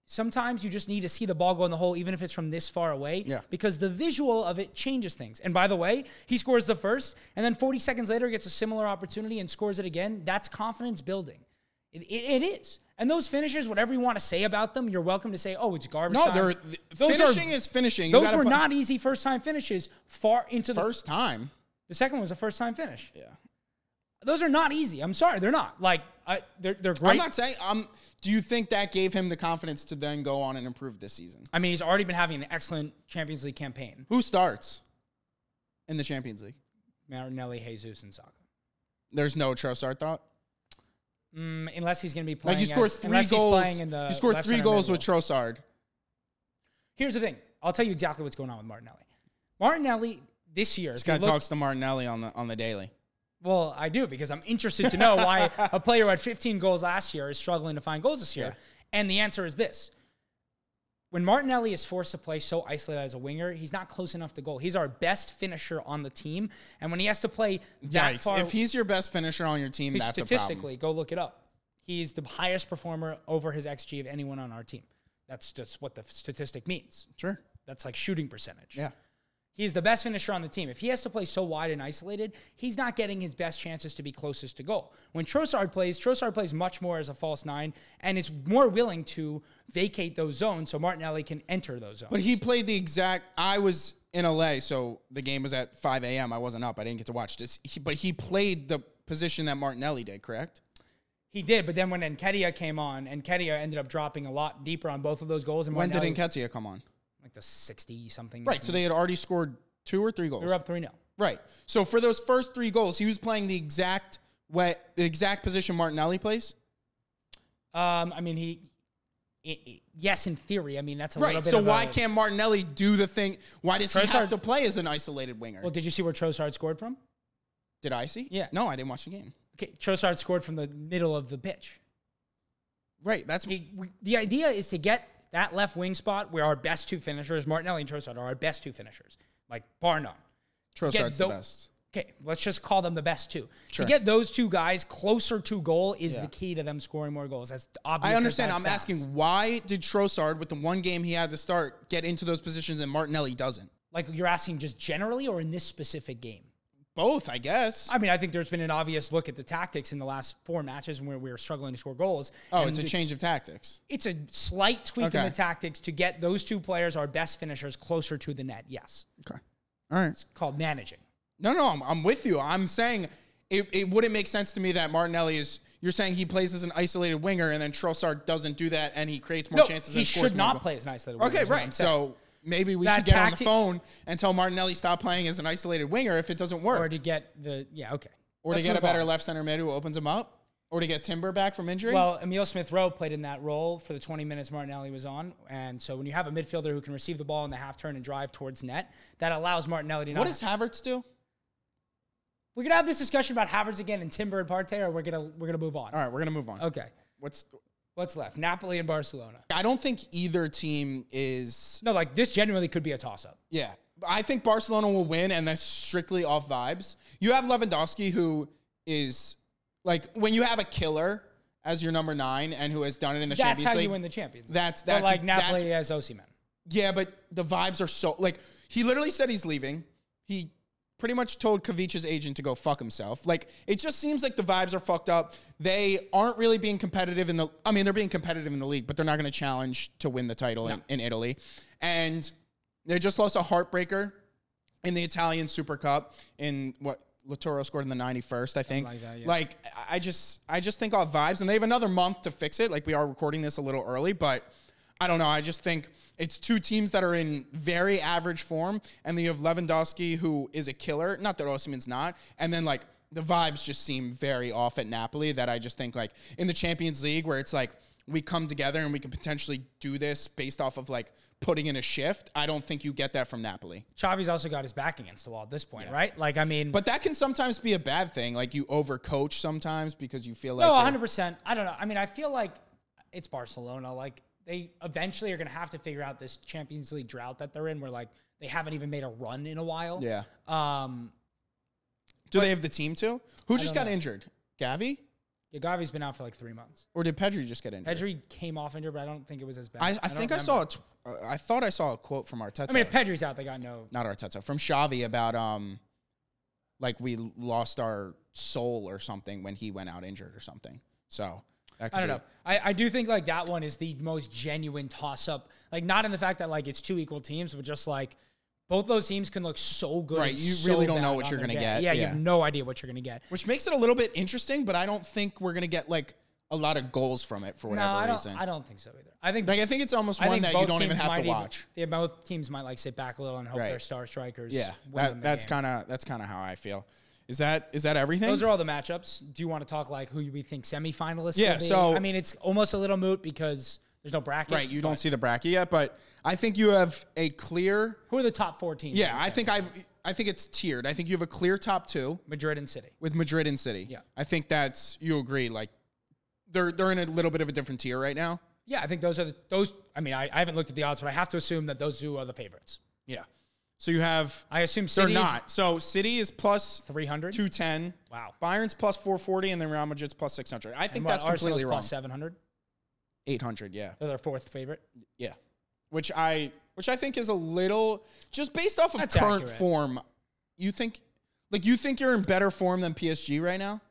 [SPEAKER 2] sometimes you just need to see the ball go in the hole, even if it's from this far away,
[SPEAKER 1] Yeah.
[SPEAKER 2] because the visual of it changes things. And by the way, he scores the first, and then 40 seconds later gets a similar opportunity and scores it again. That's confidence building. It, it, it is. And those finishes, whatever you want to say about them, you're welcome to say, "Oh, it's garbage."
[SPEAKER 1] No,
[SPEAKER 2] time.
[SPEAKER 1] they're th- finishing is finishing. You
[SPEAKER 2] Those
[SPEAKER 1] gotta
[SPEAKER 2] were
[SPEAKER 1] put-
[SPEAKER 2] not easy first time finishes. Far into the
[SPEAKER 1] First time.
[SPEAKER 2] the second one was a first time finish.
[SPEAKER 1] Yeah.
[SPEAKER 2] Those are not easy. I'm sorry, they're not. Like I, they're they're
[SPEAKER 1] I'm
[SPEAKER 2] great.
[SPEAKER 1] not saying. Um, do you think that gave him the confidence to then go on and improve this season?
[SPEAKER 2] I mean, he's already been having an excellent Champions League campaign.
[SPEAKER 1] Who starts in the Champions League?
[SPEAKER 2] Marinelli, Jesus, and Saka.
[SPEAKER 1] There's no Trossard thought.
[SPEAKER 2] Mm, unless he's going to be playing.
[SPEAKER 1] Like you scored
[SPEAKER 2] as-
[SPEAKER 1] three
[SPEAKER 2] unless he's
[SPEAKER 1] goals.
[SPEAKER 2] playing in the
[SPEAKER 1] You scored
[SPEAKER 2] left
[SPEAKER 1] three
[SPEAKER 2] center
[SPEAKER 1] goals
[SPEAKER 2] middle.
[SPEAKER 1] with Trossard.
[SPEAKER 2] Here's the thing. I'll tell you exactly what's going on with Martinelli. Martinelli this year.
[SPEAKER 1] This
[SPEAKER 2] if you
[SPEAKER 1] guy
[SPEAKER 2] look-
[SPEAKER 1] talks to Martinelli on the on the daily.
[SPEAKER 2] Well, I do because I'm interested to know why a player who had 15 goals last year is struggling to find goals this year. And the answer is this. When Martinelli is forced to play so isolated as a winger, he's not close enough to goal. He's our best finisher on the team, and when he has to play that
[SPEAKER 1] Yikes!
[SPEAKER 2] far,
[SPEAKER 1] if he's your best finisher on your team,
[SPEAKER 2] he's
[SPEAKER 1] that's
[SPEAKER 2] statistically, go look it up. He's the highest performer over his xG of anyone on our team. That's just what the statistic
[SPEAKER 1] a
[SPEAKER 2] means.
[SPEAKER 1] problem. Sure.
[SPEAKER 2] That's like shooting percentage.
[SPEAKER 1] Yeah.
[SPEAKER 2] He's the best finisher on the team. If he has to play so wide and isolated, he's not getting his best chances to be closest to goal. When Trossard plays, Trossard plays much more as a false nine and is more willing to vacate those zones so Martinelli can enter those zones.
[SPEAKER 1] But he played the exact. I was in LA, so the game was at 5 a.m. I wasn't up. I didn't get to watch this. He, but he played the position that Martinelli did, correct?
[SPEAKER 2] he did, but then when Enkedia came on, Enkedia ended up dropping a lot deeper on both of those goals. And
[SPEAKER 1] When did
[SPEAKER 2] Martinelli-
[SPEAKER 1] Nketiah come on?
[SPEAKER 2] Like the 60 something.
[SPEAKER 1] Right. So they had already scored two or three goals.
[SPEAKER 2] They were up 3 0.
[SPEAKER 1] Right. So for those first three goals, he was playing the exact way, the exact position Martinelli plays.
[SPEAKER 2] Um, I mean, he. i i yes, in theory. I mean, that's a little
[SPEAKER 1] Right.
[SPEAKER 2] bit
[SPEAKER 1] So
[SPEAKER 2] of
[SPEAKER 1] why
[SPEAKER 2] a-
[SPEAKER 1] can't Martinelli do the thing? Why does he have
[SPEAKER 2] Trossard-
[SPEAKER 1] to play as an isolated winger?
[SPEAKER 2] Well, did you see where Trossard scored from?
[SPEAKER 1] Did I see?
[SPEAKER 2] Yeah.
[SPEAKER 1] No, I didn't watch the game.
[SPEAKER 2] Okay, Trossard scored from the middle of the pitch.
[SPEAKER 1] Right. That's
[SPEAKER 2] The, we, the idea is to get that left wing spot where our best two finishers, Martinelli and Trossard, are our best two finishers, like bar none.
[SPEAKER 1] Trossard's the
[SPEAKER 2] tho-
[SPEAKER 1] best.
[SPEAKER 2] Okay, let's just call them the best two.
[SPEAKER 1] Sure.
[SPEAKER 2] To get those two guys closer to goal is
[SPEAKER 1] Yeah.
[SPEAKER 2] the key to them scoring more goals. That's obvious.
[SPEAKER 1] I
[SPEAKER 2] as
[SPEAKER 1] understand.
[SPEAKER 2] that
[SPEAKER 1] I'm
[SPEAKER 2] sounds.
[SPEAKER 1] asking why did Trossard, with the one game he had to start, get into those positions and Martinelli doesn't?
[SPEAKER 2] Like you're asking just generally or in this specific game?
[SPEAKER 1] Both, I guess.
[SPEAKER 2] I mean, I think there's been an obvious look at the tactics in the last four matches where we were struggling to score goals.
[SPEAKER 1] oh,
[SPEAKER 2] And
[SPEAKER 1] it's a
[SPEAKER 2] the-
[SPEAKER 1] change of tactics.
[SPEAKER 2] It's a slight tweak in
[SPEAKER 1] Okay.
[SPEAKER 2] the tactics to get those two players, our best finishers, closer to the net. Yes.
[SPEAKER 1] Okay. All right.
[SPEAKER 2] It's called managing.
[SPEAKER 1] No, no, I'm, I'm with you. I'm saying it, it wouldn't make sense to me that Martinelli is. You're saying he plays as an isolated winger, and then Trossard doesn't do that, and he creates more
[SPEAKER 2] No,
[SPEAKER 1] chances.
[SPEAKER 2] he
[SPEAKER 1] and scores
[SPEAKER 2] should
[SPEAKER 1] more
[SPEAKER 2] not
[SPEAKER 1] goals.
[SPEAKER 2] play as nice.
[SPEAKER 1] Okay, right. So maybe we
[SPEAKER 2] That
[SPEAKER 1] should get on the
[SPEAKER 2] tactic-
[SPEAKER 1] phone and tell Martinelli stop playing as an isolated winger if it doesn't work,
[SPEAKER 2] Or
[SPEAKER 1] or,
[SPEAKER 2] to get the, yeah, okay.
[SPEAKER 1] to
[SPEAKER 2] Let's
[SPEAKER 1] get a
[SPEAKER 2] move
[SPEAKER 1] better
[SPEAKER 2] on.
[SPEAKER 1] left center mid who opens him up, or to get Timber back from injury.
[SPEAKER 2] Well, Emil Smith Rowe played in that role for the 20 minutes Martinelli was on. And so when you have a midfielder who can receive the ball in the half turn and drive towards net, that allows Martinelli to not.
[SPEAKER 1] what does Havertz do?
[SPEAKER 2] we're going to have this discussion about Havertz again and Timber and Partey, or we're going to we're gonna move on.
[SPEAKER 1] All right, we're gonna move on.
[SPEAKER 2] Okay.
[SPEAKER 1] What's
[SPEAKER 2] What's left? Napoli and Barcelona.
[SPEAKER 1] I don't think either team is.
[SPEAKER 2] No, like this genuinely could be a toss up.
[SPEAKER 1] Yeah, I think Barcelona will win, and that's strictly off vibes. You have Lewandowski, who is like when you have a killer as your number nine, and who has done it in the
[SPEAKER 2] That's
[SPEAKER 1] Champions
[SPEAKER 2] how
[SPEAKER 1] League.
[SPEAKER 2] you win the Champions. League.
[SPEAKER 1] That's
[SPEAKER 2] But
[SPEAKER 1] that's
[SPEAKER 2] like
[SPEAKER 1] that's-
[SPEAKER 2] Napoli has Osimhen.
[SPEAKER 1] Yeah, but the vibes are so like he literally said he's leaving. He pretty much told Kavic's agent to go fuck himself. Like it just seems like the vibes are fucked up. They aren't really being competitive in the I mean, they're being competitive in the league, but they're not going to challenge to win the title in, in Italy. And they just lost a heartbreaker in the Italian Super Cup in what Latoro scored in the 91st, I think.
[SPEAKER 2] like that, yeah.
[SPEAKER 1] Like, I- I just I just think all vibes and they have another month to fix it. Like we are recording this a little early, but I don't know. I just think it's two teams that are in very average form and then you have Lewandowski who is a killer, not that Osimhen's not, and then like the vibes just seem very off at Napoli that I just think like in the Champions League where it's like we come together and we can potentially do this based off of like putting in a shift. I don't think you get that from Napoli.
[SPEAKER 2] Xavi's also got his back against the wall at this point, right? Like, I mean,
[SPEAKER 1] But that can sometimes be a bad thing. Like you overcoach sometimes because you feel like
[SPEAKER 2] no,
[SPEAKER 1] you're-
[SPEAKER 2] 100%. I don't know. I mean, I feel like it's Barcelona. Like, they eventually are going to have to figure out this Champions League drought that they're in where, like, they haven't even made a run in a while.
[SPEAKER 1] yeah.
[SPEAKER 2] Um,
[SPEAKER 1] Do they have the team too? Who just
[SPEAKER 2] don't
[SPEAKER 1] got
[SPEAKER 2] know.
[SPEAKER 1] injured? Gavi
[SPEAKER 2] Gavi's been out for like three months.
[SPEAKER 1] or did Pedri just get injured?
[SPEAKER 2] Pedri came off injured, but I don't think it was as bad.
[SPEAKER 1] I, I,
[SPEAKER 2] don't
[SPEAKER 1] think I
[SPEAKER 2] remember.
[SPEAKER 1] saw. A tw- uh, I thought I saw a quote from Arteta.
[SPEAKER 2] I mean, if Pedri's out, they got no.
[SPEAKER 1] not Arteta from Xavi about um, like we lost our soul or something when he went out injured or something. So that could
[SPEAKER 2] I don't
[SPEAKER 1] be-
[SPEAKER 2] know. I, I do think like that one is the most genuine toss up. Like not in the fact that like it's two equal teams, but just like both those teams can look so good.
[SPEAKER 1] Right,
[SPEAKER 2] and
[SPEAKER 1] you
[SPEAKER 2] so
[SPEAKER 1] really don't know
[SPEAKER 2] bad
[SPEAKER 1] what
[SPEAKER 2] on
[SPEAKER 1] you're
[SPEAKER 2] their
[SPEAKER 1] gonna
[SPEAKER 2] day.
[SPEAKER 1] get,
[SPEAKER 2] Yeah, you
[SPEAKER 1] yeah.
[SPEAKER 2] have no idea what you're gonna get.
[SPEAKER 1] Which makes it a little bit interesting, but I don't think we're gonna get like a lot of goals from it for
[SPEAKER 2] No,
[SPEAKER 1] whatever
[SPEAKER 2] I don't.
[SPEAKER 1] reason.
[SPEAKER 2] I don't think so either. I think
[SPEAKER 1] like I think it's almost
[SPEAKER 2] I
[SPEAKER 1] one
[SPEAKER 2] think
[SPEAKER 1] that you
[SPEAKER 2] both
[SPEAKER 1] don't even
[SPEAKER 2] teams
[SPEAKER 1] have to
[SPEAKER 2] might even-
[SPEAKER 1] watch.
[SPEAKER 2] yeah, both teams might like sit back a little and hope
[SPEAKER 1] Right.
[SPEAKER 2] their star strikers.
[SPEAKER 1] Yeah,
[SPEAKER 2] win them
[SPEAKER 1] that,
[SPEAKER 2] the
[SPEAKER 1] that's
[SPEAKER 2] game.
[SPEAKER 1] kind of that's kind of how I feel. Is that is that everything?
[SPEAKER 2] Those are all the matchups. Do you want to talk like who we think semifinalists?
[SPEAKER 1] Yeah,
[SPEAKER 2] Will be?
[SPEAKER 1] so-
[SPEAKER 2] I mean, it's almost a little moot because there's no bracket.
[SPEAKER 1] right. You
[SPEAKER 2] but
[SPEAKER 1] don't see the bracket yet, but I think you have a clear.
[SPEAKER 2] Who are the top four teams?
[SPEAKER 1] Yeah, I think I've I think it's tiered. I think you have a clear top two
[SPEAKER 2] Madrid and City.
[SPEAKER 1] with Madrid and City.
[SPEAKER 2] Yeah.
[SPEAKER 1] I think that's you agree. Like they're they're in a little bit of a different tier right now.
[SPEAKER 2] Yeah, I think those are the, those. I mean, I, I haven't looked at the odds, but I have to assume that those two are the favorites.
[SPEAKER 1] Yeah. So you have
[SPEAKER 2] I assume
[SPEAKER 1] they're
[SPEAKER 2] City's
[SPEAKER 1] not. So City is plus
[SPEAKER 2] three hundred.
[SPEAKER 1] two ten.
[SPEAKER 2] Wow.
[SPEAKER 1] Bayern's plus four forty, and then Real Madrid's plus six hundred. I think that's completely wrong.
[SPEAKER 2] Seven hundred.
[SPEAKER 1] Eight hundred. Yeah.
[SPEAKER 2] They're their fourth favorite.
[SPEAKER 1] Yeah. Which I which I think is a little just based off of
[SPEAKER 2] That's
[SPEAKER 1] current
[SPEAKER 2] accurate.
[SPEAKER 1] form. You think like you think you're in better form than PSG right now?
[SPEAKER 2] Oh,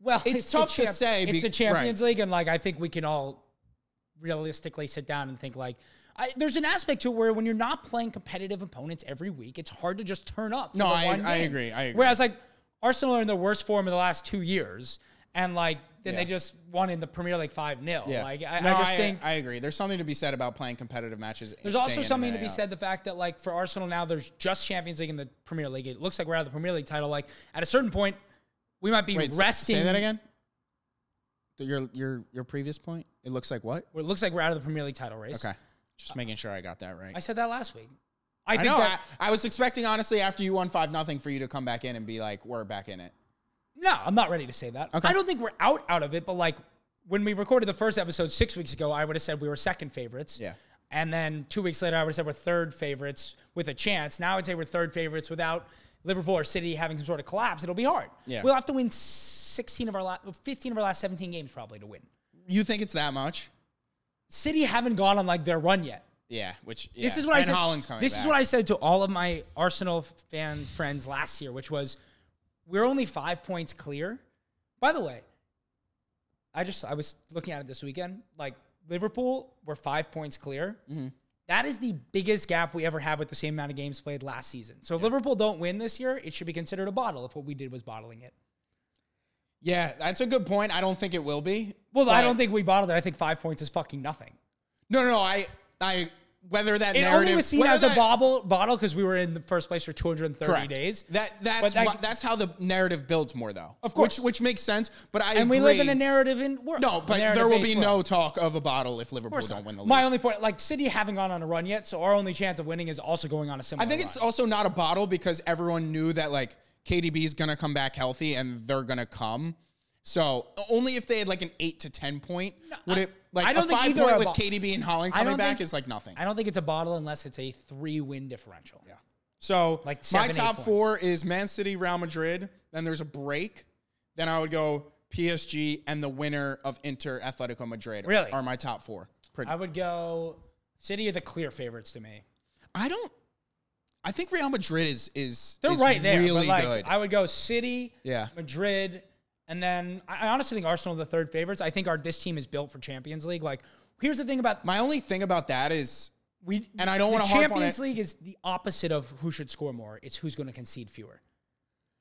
[SPEAKER 2] Well,
[SPEAKER 1] It's
[SPEAKER 2] the
[SPEAKER 1] tough to say
[SPEAKER 2] It's
[SPEAKER 1] be-
[SPEAKER 2] the Champions League, and like I think we can all realistically sit down and think like. I, there's an aspect to where when you're not playing competitive opponents every week, it's hard to just turn up. For
[SPEAKER 1] No,
[SPEAKER 2] the
[SPEAKER 1] I-
[SPEAKER 2] one
[SPEAKER 1] I
[SPEAKER 2] game.
[SPEAKER 1] agree, I agree.
[SPEAKER 2] Whereas like Arsenal are in the worst form in the last two years, and like then
[SPEAKER 1] Yeah.
[SPEAKER 2] they just won in the Premier League five 0 Like I, I just think
[SPEAKER 1] I agree. There's something to be said about playing competitive matches.
[SPEAKER 2] There's
[SPEAKER 1] day in
[SPEAKER 2] also
[SPEAKER 1] and
[SPEAKER 2] something to
[SPEAKER 1] day
[SPEAKER 2] be
[SPEAKER 1] out.
[SPEAKER 2] said the fact that like for Arsenal now there's just Champions League and the Premier League. It looks like we're out of the Premier League title. Like at a certain point, we might be
[SPEAKER 1] Wait, s-
[SPEAKER 2] resting.
[SPEAKER 1] Say that again. Th- Your your your previous point. It looks like what?
[SPEAKER 2] Well, It looks like we're out of the Premier League title race.
[SPEAKER 1] Okay. Just making sure I got that right.
[SPEAKER 2] I said that last week.
[SPEAKER 1] I,
[SPEAKER 2] I Uh, think
[SPEAKER 1] know.
[SPEAKER 2] that
[SPEAKER 1] I, I was expecting, honestly, after you won 5 nothing, for you to come back in and be like, we're back in it.
[SPEAKER 2] No, I'm not ready to say that.
[SPEAKER 1] Okay.
[SPEAKER 2] I don't think we're out out of it, but like when we recorded the first episode six weeks ago, I would have said we were second favorites.
[SPEAKER 1] Yeah.
[SPEAKER 2] And then two weeks later, I would have said we're third favorites with a chance. Now I'd say we're third favorites without Liverpool or City having some sort of collapse. It'll be hard.
[SPEAKER 1] Yeah.
[SPEAKER 2] We'll have to win 16 of our last, 15 of our last 17 games probably to win.
[SPEAKER 1] You think it's that much?
[SPEAKER 2] City haven't gone on like their run yet.
[SPEAKER 1] Yeah, which yeah.
[SPEAKER 2] This is what
[SPEAKER 1] and
[SPEAKER 2] I said.
[SPEAKER 1] Holland's coming.
[SPEAKER 2] this
[SPEAKER 1] back.
[SPEAKER 2] is what I said to all of my Arsenal fan friends last year, which was, we're only five points clear. By the way, I just I was looking at it this weekend. Like Liverpool were five points clear.
[SPEAKER 1] Mm-hmm.
[SPEAKER 2] That is the biggest gap we ever had with the same amount of games played last season. So if Liverpool don't win this year, it should be considered a bottle if what we did was bottling it.
[SPEAKER 1] Yeah, that's a good point. I don't think it will be.
[SPEAKER 2] Well, I
[SPEAKER 1] but-
[SPEAKER 2] don't think we bottled it. I think five points is fucking nothing.
[SPEAKER 1] No, no, I, I. Whether that
[SPEAKER 2] It
[SPEAKER 1] narrative
[SPEAKER 2] only was seen
[SPEAKER 1] whether
[SPEAKER 2] as a
[SPEAKER 1] that-
[SPEAKER 2] bobble, bottle because we were in the first place for 230
[SPEAKER 1] Correct.
[SPEAKER 2] days.
[SPEAKER 1] That that's
[SPEAKER 2] that-
[SPEAKER 1] why- that's how the narrative builds more though.
[SPEAKER 2] Of course.
[SPEAKER 1] which, which makes sense. But I
[SPEAKER 2] and we live in
[SPEAKER 1] agree.
[SPEAKER 2] a narrative in world.
[SPEAKER 1] no, but there will be no talk of a bottle if Liverpool don't win the league.
[SPEAKER 2] My only point, like City haven't gone on a run yet, so our only chance of winning is also going on a similar.
[SPEAKER 1] I think it's
[SPEAKER 2] run.
[SPEAKER 1] also not a bottle because everyone knew that like KDB is gonna come back healthy and they're gonna come. So only if they had like an eight to ten point would
[SPEAKER 2] I-
[SPEAKER 1] it like
[SPEAKER 2] I don't
[SPEAKER 1] a
[SPEAKER 2] think
[SPEAKER 1] five
[SPEAKER 2] either
[SPEAKER 1] point
[SPEAKER 2] are
[SPEAKER 1] with
[SPEAKER 2] bo-
[SPEAKER 1] KDB and Holland
[SPEAKER 2] I
[SPEAKER 1] coming
[SPEAKER 2] don't
[SPEAKER 1] back
[SPEAKER 2] think-
[SPEAKER 1] is like nothing.
[SPEAKER 2] I don't think it's a bottle unless it's a three-win differential. Yeah.
[SPEAKER 1] So
[SPEAKER 2] Like
[SPEAKER 1] my
[SPEAKER 2] seven, eight
[SPEAKER 1] top
[SPEAKER 2] points.
[SPEAKER 1] four is Man City, Real Madrid. Then there's a break. Then I would go PSG and the winner of Inter Atletico Madrid.
[SPEAKER 2] Really?
[SPEAKER 1] Are my top four. Pretty-
[SPEAKER 2] I would go. City are the clear favorites to me.
[SPEAKER 1] I don't. I think Real Madrid is is
[SPEAKER 2] They're
[SPEAKER 1] is
[SPEAKER 2] right there.
[SPEAKER 1] Really
[SPEAKER 2] but like,
[SPEAKER 1] good.
[SPEAKER 2] I would go City,
[SPEAKER 1] Yeah.
[SPEAKER 2] Madrid, and then I I honestly think Arsenal are the third favorites. I think our this team is built for Champions League. Like, here's the thing about
[SPEAKER 1] my only thing about that is
[SPEAKER 2] we
[SPEAKER 1] And I don't
[SPEAKER 2] the
[SPEAKER 1] wanna harp on
[SPEAKER 2] Champions
[SPEAKER 1] it.
[SPEAKER 2] League is the opposite of who should score more. It's who's going to concede fewer.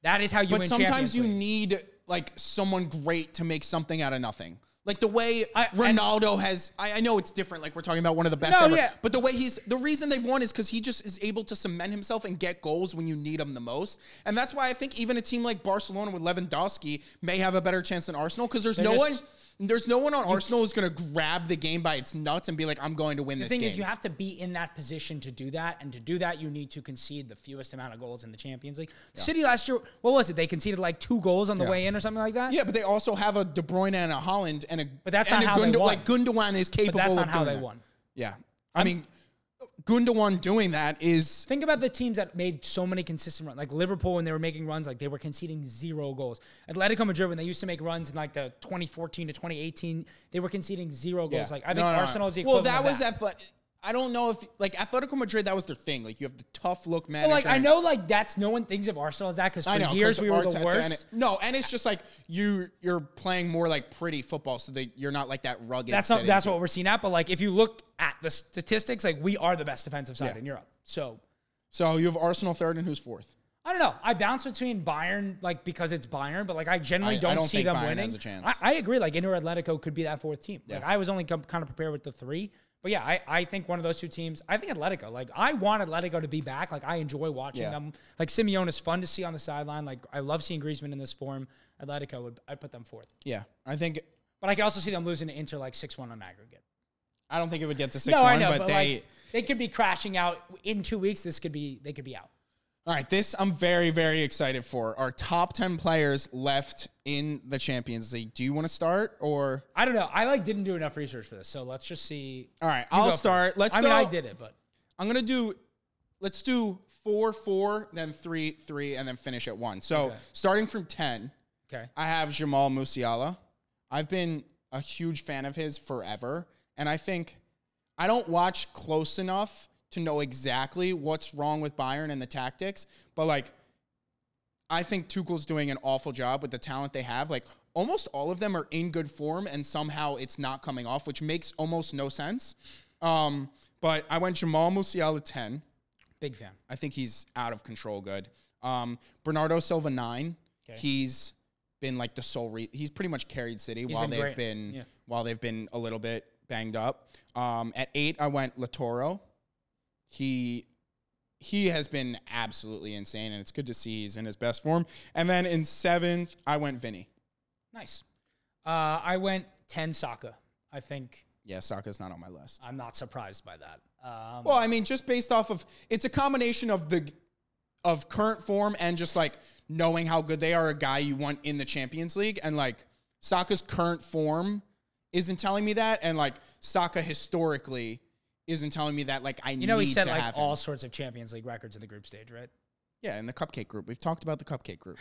[SPEAKER 2] That is how you
[SPEAKER 1] but
[SPEAKER 2] win.
[SPEAKER 1] sometimes
[SPEAKER 2] Champions
[SPEAKER 1] you
[SPEAKER 2] League.
[SPEAKER 1] need like someone great to make something out of nothing. Like the way
[SPEAKER 2] I- and-
[SPEAKER 1] Ronaldo has, I, I know it's different. Like we're talking about one of the best
[SPEAKER 2] No,
[SPEAKER 1] ever,
[SPEAKER 2] yeah.
[SPEAKER 1] but the way he's, the reason they've won is because he just is able to cement himself and get goals when you need him the most. And that's why I think even a team like Barcelona with Lewandowski may have a better chance than Arsenal because there's no
[SPEAKER 2] just-
[SPEAKER 1] one, there's no one on Arsenal who's going to grab the game by its nuts and be like, I'm going to win
[SPEAKER 2] The
[SPEAKER 1] this
[SPEAKER 2] thing
[SPEAKER 1] game.
[SPEAKER 2] is, you have to be in that position to do that, and to do that, you need to concede the fewest amount of goals in the Champions League. City last year, what was it? They conceded like two goals on the way in or something like that.
[SPEAKER 1] yeah, but they also have a De Bruyne and a Holland and a
[SPEAKER 2] But that's
[SPEAKER 1] and
[SPEAKER 2] not
[SPEAKER 1] a
[SPEAKER 2] how they won.
[SPEAKER 1] like Gundogan is capable.
[SPEAKER 2] but that's not
[SPEAKER 1] of
[SPEAKER 2] how
[SPEAKER 1] doing
[SPEAKER 2] they
[SPEAKER 1] that.
[SPEAKER 2] won.
[SPEAKER 1] Yeah. I mean, Gundawan doing that is
[SPEAKER 2] Think about the teams that made so many consistent runs, like Liverpool when they were making runs, like they were conceding zero goals. Atletico Madrid when they used to make runs in like the 2014 to 2018, they were conceding zero goals. Like I think
[SPEAKER 1] No, no, no.
[SPEAKER 2] Arsenal is the
[SPEAKER 1] well.
[SPEAKER 2] equivalent.
[SPEAKER 1] That
[SPEAKER 2] of
[SPEAKER 1] was athletic. I don't know if like Atletico Madrid. That was their thing. Like you have the tough look manager.
[SPEAKER 2] But, like I
[SPEAKER 1] and-
[SPEAKER 2] know, like that's no one thinks of Arsenal as that because for
[SPEAKER 1] I know.
[SPEAKER 2] years
[SPEAKER 1] 'cause
[SPEAKER 2] we were
[SPEAKER 1] Arteta
[SPEAKER 2] the
[SPEAKER 1] and
[SPEAKER 2] worst.
[SPEAKER 1] it- no, and it's just like you you're playing more like pretty football, so that you're not like that rugged.
[SPEAKER 2] that's not
[SPEAKER 1] setting.
[SPEAKER 2] that's what we're seeing at. But like if you look at the statistics, like we are the best defensive side
[SPEAKER 1] Yeah.
[SPEAKER 2] in Europe. So
[SPEAKER 1] So you have Arsenal third, and who's fourth?
[SPEAKER 2] I don't know. I bounce between Bayern like because it's Bayern, but like I generally
[SPEAKER 1] I- I
[SPEAKER 2] don't,
[SPEAKER 1] don't
[SPEAKER 2] see
[SPEAKER 1] think
[SPEAKER 2] them
[SPEAKER 1] Bayern
[SPEAKER 2] winning.
[SPEAKER 1] has a chance.
[SPEAKER 2] I, I agree. Like Inter Atletico could be that fourth team. Like
[SPEAKER 1] Yeah.
[SPEAKER 2] I was only com- kind of prepared with the three. But yeah, I, I think one of those two teams. I think Atletico. Like I want Atletico to be back. Like I enjoy watching
[SPEAKER 1] Yeah.
[SPEAKER 2] them. Like Simeone is fun to see on the sideline. Like I love seeing Griezmann in this form. Atletico would I put them fourth.
[SPEAKER 1] Yeah, I think
[SPEAKER 2] But I can also see them losing to Inter like six one on aggregate.
[SPEAKER 1] I don't think it would get to six
[SPEAKER 2] No,
[SPEAKER 1] one,
[SPEAKER 2] I know,
[SPEAKER 1] but,
[SPEAKER 2] but,
[SPEAKER 1] they.
[SPEAKER 2] like they could be crashing out in two weeks. This could be they could be out.
[SPEAKER 1] All right, this I'm very, very excited for. Our top 10 players left in the Champions League. Do you want to start or?
[SPEAKER 2] I don't know. I like didn't do enough research for this, so let's just see.
[SPEAKER 1] All right,
[SPEAKER 2] You
[SPEAKER 1] I'll
[SPEAKER 2] go
[SPEAKER 1] start.
[SPEAKER 2] first.
[SPEAKER 1] Let's
[SPEAKER 2] I
[SPEAKER 1] go.
[SPEAKER 2] mean, I did it, but
[SPEAKER 1] I'm gonna do. Let's do four, four, then three, three, and then finish at one. So
[SPEAKER 2] Okay.
[SPEAKER 1] starting from ten,
[SPEAKER 2] okay.
[SPEAKER 1] I have Jamal Musiala. I've been a huge fan of his forever, and I think I don't watch close enough to know exactly what's wrong with Bayern and the tactics, but like I think Tuchel's doing an awful job with the talent they have. Like almost all of them are in good form, and somehow it's not coming off, which makes almost no sense. Um, but I went Jamal Musiala ten.
[SPEAKER 2] Big fan.
[SPEAKER 1] I think he's out of control good. Um, Bernardo Silva nine.
[SPEAKER 2] Okay.
[SPEAKER 1] He's been like the sole. Re- he's pretty much carried City while
[SPEAKER 2] been
[SPEAKER 1] they've
[SPEAKER 2] great.
[SPEAKER 1] been
[SPEAKER 2] Yeah.
[SPEAKER 1] while they've been a little bit banged up. Um, at eight, I went Latoro. He he has been absolutely insane, and it's good to see he's in his best form. And then in seventh, I went Vinny.
[SPEAKER 2] Nice. Uh, I went ten Saka. I think
[SPEAKER 1] Yeah, Saka's not on my list.
[SPEAKER 2] I'm not surprised by that. Um,
[SPEAKER 1] Well, I mean, just based off of it's a combination of the of current form and just like knowing how good they are, a guy you want in the Champions League, and like Saka's current form isn't telling me that, and like Saka historically isn't telling me that. Like I
[SPEAKER 2] you know,
[SPEAKER 1] need
[SPEAKER 2] he set
[SPEAKER 1] to
[SPEAKER 2] like
[SPEAKER 1] have
[SPEAKER 2] all
[SPEAKER 1] him.
[SPEAKER 2] sorts of Champions League records in the group stage, right?
[SPEAKER 1] yeah in the cupcake group. We've talked about the cupcake group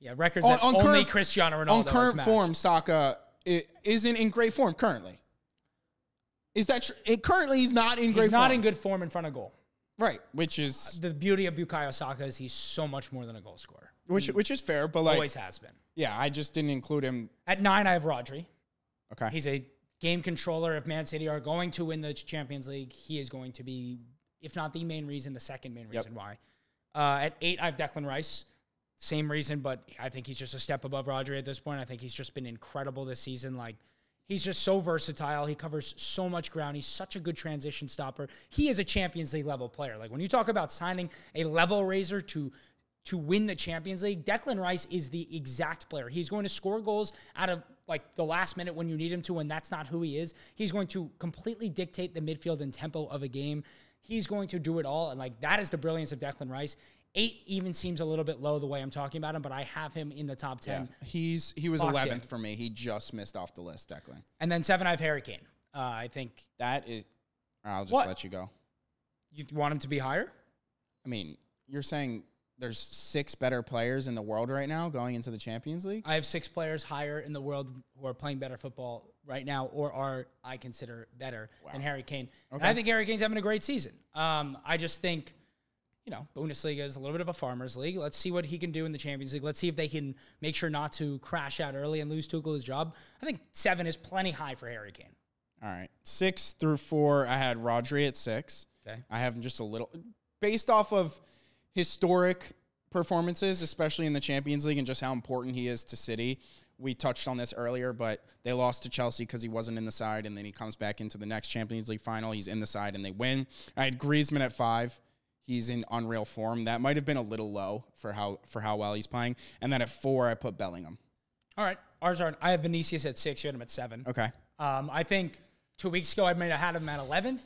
[SPEAKER 2] Yeah, records
[SPEAKER 1] On-
[SPEAKER 2] that
[SPEAKER 1] on
[SPEAKER 2] only
[SPEAKER 1] current-
[SPEAKER 2] Cristiano Ronaldo
[SPEAKER 1] on
[SPEAKER 2] has
[SPEAKER 1] current
[SPEAKER 2] matched.
[SPEAKER 1] form. Saka i- isn't in great form currently. Is that tr- it, currently he's not in great
[SPEAKER 2] He's not
[SPEAKER 1] form.
[SPEAKER 2] in good form in front of goal.
[SPEAKER 1] right, which is
[SPEAKER 2] The beauty of Bukayo Saka is he's so much more than a goal scorer.
[SPEAKER 1] which which is fair, but like
[SPEAKER 2] Uh, Always has been.
[SPEAKER 1] yeah, I just didn't include him.
[SPEAKER 2] At nine, I have Rodri.
[SPEAKER 1] Okay.
[SPEAKER 2] He's a game controller. If Man City are going to win the Champions League, he is going to be, if not the main reason, the second main reason why. Uh, at eight, I have Declan Rice. Same reason, but I think he's just a step above Rodri at this point. I think he's just been incredible this season. Like, he's just so versatile. He covers so much ground. He's such a good transition stopper. He is a Champions League level player. Like, when you talk about signing a level raiser to to win the Champions League, Declan Rice is the exact player. He's going to score goals out of like the last minute when you need him to, when that's not who he is. He's going to completely dictate the midfield and tempo of a game. He's going to do it all. And like that is the brilliance of Declan Rice. Eight even seems a little bit low the way I'm talking about him, but I have him in the top 10.
[SPEAKER 1] He's he was
[SPEAKER 2] Locked
[SPEAKER 1] eleventh
[SPEAKER 2] in.
[SPEAKER 1] for me. He just missed off the list, Declan.
[SPEAKER 2] And then seven, I have Harry Kane. Uh, I think
[SPEAKER 1] That is I'll just
[SPEAKER 2] What?
[SPEAKER 1] let you go.
[SPEAKER 2] you want him to be higher.
[SPEAKER 1] I mean, you're saying there's six better players in the world right now going into the Champions League?
[SPEAKER 2] I have six players higher in the world who are playing better football right now, or are I consider better than Harry Kane. And I think Harry Kane's having a great season. Um, I just think, you know, Bundesliga is a little bit of a farmers league. Let's see what he can do in the Champions League. Let's see if they can make sure not to crash out early and lose Tuchel's job. I think seven is plenty high for Harry Kane.
[SPEAKER 1] All right. Six through four, I had Rodri at six.
[SPEAKER 2] Okay.
[SPEAKER 1] I have him just a little based off of historic performances, especially in the Champions League and just how important he is to City. We touched on this earlier, but they lost to Chelsea because he wasn't in the side, and then he comes back into the next Champions League final. He's in the side and they win. I had Griezmann at five. He's in unreal form. That might have been a little low for how for how well he's playing. And then at four, I put Bellingham.
[SPEAKER 2] All right, ours are. I have Vinicius at six. You had him at seven.
[SPEAKER 1] Okay.
[SPEAKER 2] Um, I think two weeks ago I might have had him at eleventh.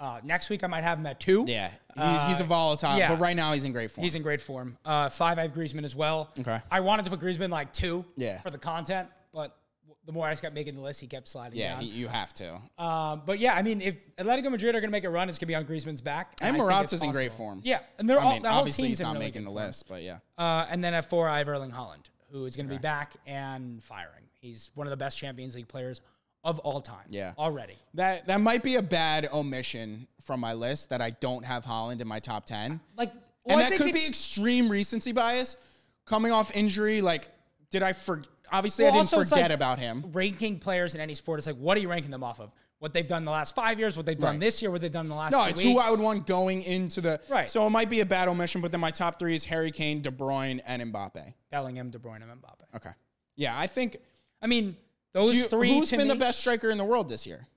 [SPEAKER 2] Uh, next week I might have him at two. Uh,
[SPEAKER 1] Yeah. uh, He's, he's a volatile,
[SPEAKER 2] yeah.
[SPEAKER 1] but right now he's in great form.
[SPEAKER 2] He's in great form. Uh, five, I have Griezmann as well.
[SPEAKER 1] Okay.
[SPEAKER 2] I wanted to put Griezmann like two.
[SPEAKER 1] Yeah.
[SPEAKER 2] For the content, but w- the more I just kept making the list, he kept sliding
[SPEAKER 1] yeah,
[SPEAKER 2] down.
[SPEAKER 1] he- you have to.
[SPEAKER 2] um, but yeah, I mean, if Atletico Madrid are going to make a run, it's going to be on Griezmann's back.
[SPEAKER 1] And
[SPEAKER 2] I think
[SPEAKER 1] Morata's
[SPEAKER 2] it's
[SPEAKER 1] in great
[SPEAKER 2] possible.
[SPEAKER 1] form.
[SPEAKER 2] Yeah, and they're
[SPEAKER 1] I
[SPEAKER 2] all
[SPEAKER 1] mean,
[SPEAKER 2] the whole
[SPEAKER 1] obviously
[SPEAKER 2] team's
[SPEAKER 1] he's
[SPEAKER 2] in
[SPEAKER 1] not
[SPEAKER 2] really
[SPEAKER 1] making
[SPEAKER 2] good
[SPEAKER 1] the
[SPEAKER 2] form.
[SPEAKER 1] list, but yeah.
[SPEAKER 2] Uh, and then at four, I have Erling Holland, who is going to be back and firing. He's one of the best Champions League players of all time.
[SPEAKER 1] Yeah.
[SPEAKER 2] Already.
[SPEAKER 1] That that might be a bad omission from my list that I don't have Holland in my top ten.
[SPEAKER 2] Like,
[SPEAKER 1] and
[SPEAKER 2] well, I
[SPEAKER 1] that
[SPEAKER 2] think
[SPEAKER 1] could be
[SPEAKER 2] it's-
[SPEAKER 1] extreme recency bias. Coming off injury, like did I for obviously I
[SPEAKER 2] Well,
[SPEAKER 1] didn't
[SPEAKER 2] also, it's
[SPEAKER 1] forget
[SPEAKER 2] like-
[SPEAKER 1] about him.
[SPEAKER 2] ranking players in any sport is like, what are you ranking them off of? What they've done the last five years, what they've done
[SPEAKER 1] Right.
[SPEAKER 2] this year, what they've done in the last
[SPEAKER 1] No,
[SPEAKER 2] two
[SPEAKER 1] it's who
[SPEAKER 2] weeks.
[SPEAKER 1] I would want going into the
[SPEAKER 2] Right.
[SPEAKER 1] So it might be a bad omission, but then my top three is Harry Kane, De Bruyne, and Mbappe.
[SPEAKER 2] Bellingham, De Bruyne, and Mbappe.
[SPEAKER 1] Okay. Yeah, I think
[SPEAKER 2] I mean, those
[SPEAKER 1] who's
[SPEAKER 2] three to
[SPEAKER 1] been
[SPEAKER 2] me,
[SPEAKER 1] the best striker in the world this year?